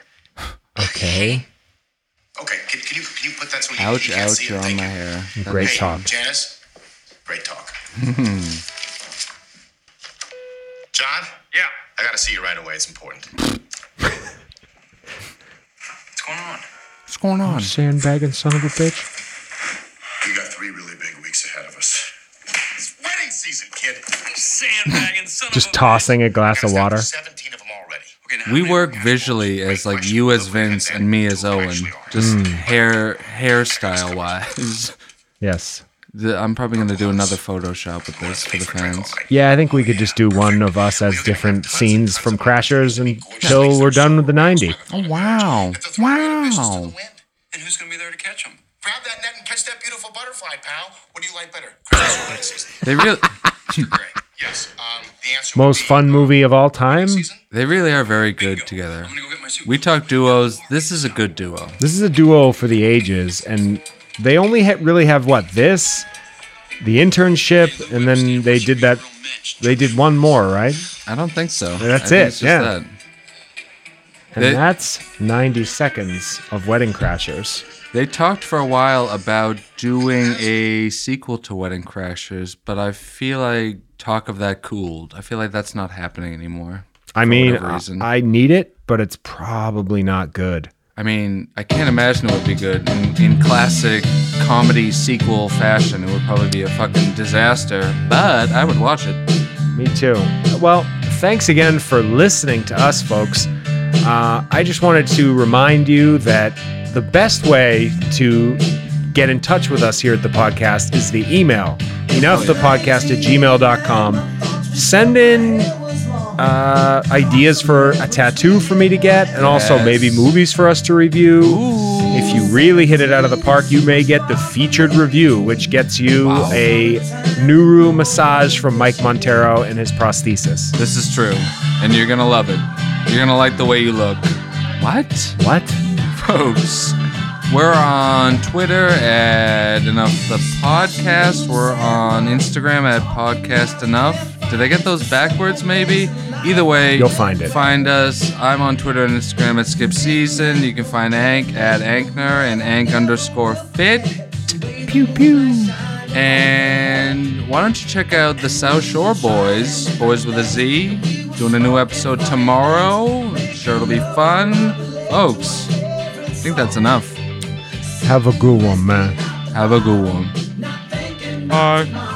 Speaker 7: Okay.
Speaker 6: Okay, can, can, you, can you put that so you,
Speaker 5: Ouch,
Speaker 6: you can't
Speaker 5: ouch,
Speaker 6: see
Speaker 5: you're
Speaker 6: it?
Speaker 5: on
Speaker 6: Thank
Speaker 5: my
Speaker 6: you.
Speaker 5: hair.
Speaker 7: Great
Speaker 6: hey,
Speaker 7: talk.
Speaker 6: Janice, great talk.
Speaker 5: Hmm.
Speaker 6: John?
Speaker 2: Yeah.
Speaker 6: I got to see you right away. It's important. What's going on?
Speaker 5: What's going on?
Speaker 7: Sandbagging son of a bitch.
Speaker 6: We got three really big weeks ahead of us. It's wedding season, kid.
Speaker 2: Sandbagging son of
Speaker 7: Just
Speaker 2: a-
Speaker 7: tossing a glass of water.
Speaker 6: Seventeen of them already. Okay, now
Speaker 5: We work visually as like you as Vince and me as Owen, just
Speaker 7: Hmm.
Speaker 5: hair hairstyle wise.
Speaker 7: Yes.
Speaker 5: The- I'm probably gonna do another Photoshop with this for the fans.
Speaker 7: Yeah, I think we could just do one of us as different scenes from Crashers until we're done with the 90.
Speaker 5: Oh wow, wow!
Speaker 6: And who's gonna be there to catch them? Grab that net and catch that beautiful butterfly, pal. What do you like better? Christmas or wedding season?
Speaker 5: They really,
Speaker 6: Great. Yes. Um, the answer. would
Speaker 7: Most
Speaker 6: be
Speaker 7: fun movie of all time.
Speaker 5: they really are very good together. We talk duos. This is a good duo.
Speaker 7: This is a duo for the ages, and they only ha- really have what this, the internship, and then they did that. They did one more, right?
Speaker 5: I don't think so. I
Speaker 7: That's
Speaker 5: think
Speaker 7: it,
Speaker 5: it's just
Speaker 7: yeah.
Speaker 5: that.
Speaker 7: And
Speaker 5: They-
Speaker 7: that's 90 seconds of Wedding Crashers.
Speaker 5: They talked for a while about doing a sequel to Wedding Crashers, but I feel like talk of that cooled. I feel like that's not happening anymore.
Speaker 7: I mean,
Speaker 5: whatever
Speaker 7: I,
Speaker 5: reason.
Speaker 7: I need it, but it's probably not good.
Speaker 5: I mean, I can't imagine it would be good in, in classic comedy sequel fashion. It would probably be a fucking disaster, but I would watch it.
Speaker 7: Me too. Well, thanks again for listening to us, folks. Uh, I just wanted to remind you that the best way to get in touch with us here at the podcast is the email enoughthepodcast at gmail.com. Send in uh, ideas for a tattoo for me to get and also
Speaker 5: Yes.
Speaker 7: maybe movies for us to review. If you really hit it out of the park, you may get the featured review, which gets you a Nuru massage from Mike Montero and his prosthesis.
Speaker 5: This is true, and you're gonna love it. You're gonna like the way you look. What?
Speaker 7: What?
Speaker 5: folks. We're on Twitter at Enough the Podcast. We're on Instagram at Podcast Enough. Did I get those backwards? Maybe. Either way,
Speaker 7: You'll find it.
Speaker 5: Find us. I'm on Twitter and Instagram at Skip Season. You can find Ank at Ankner and Ank underscore Fit.
Speaker 7: Pew pew.
Speaker 5: And why don't you check out the South Shore Boys, Boys with a Z, doing a new episode tomorrow. Sure, it'll be fun, folks. I think that's enough.
Speaker 7: Have a good one, man.
Speaker 5: Have a good one.
Speaker 9: Bye.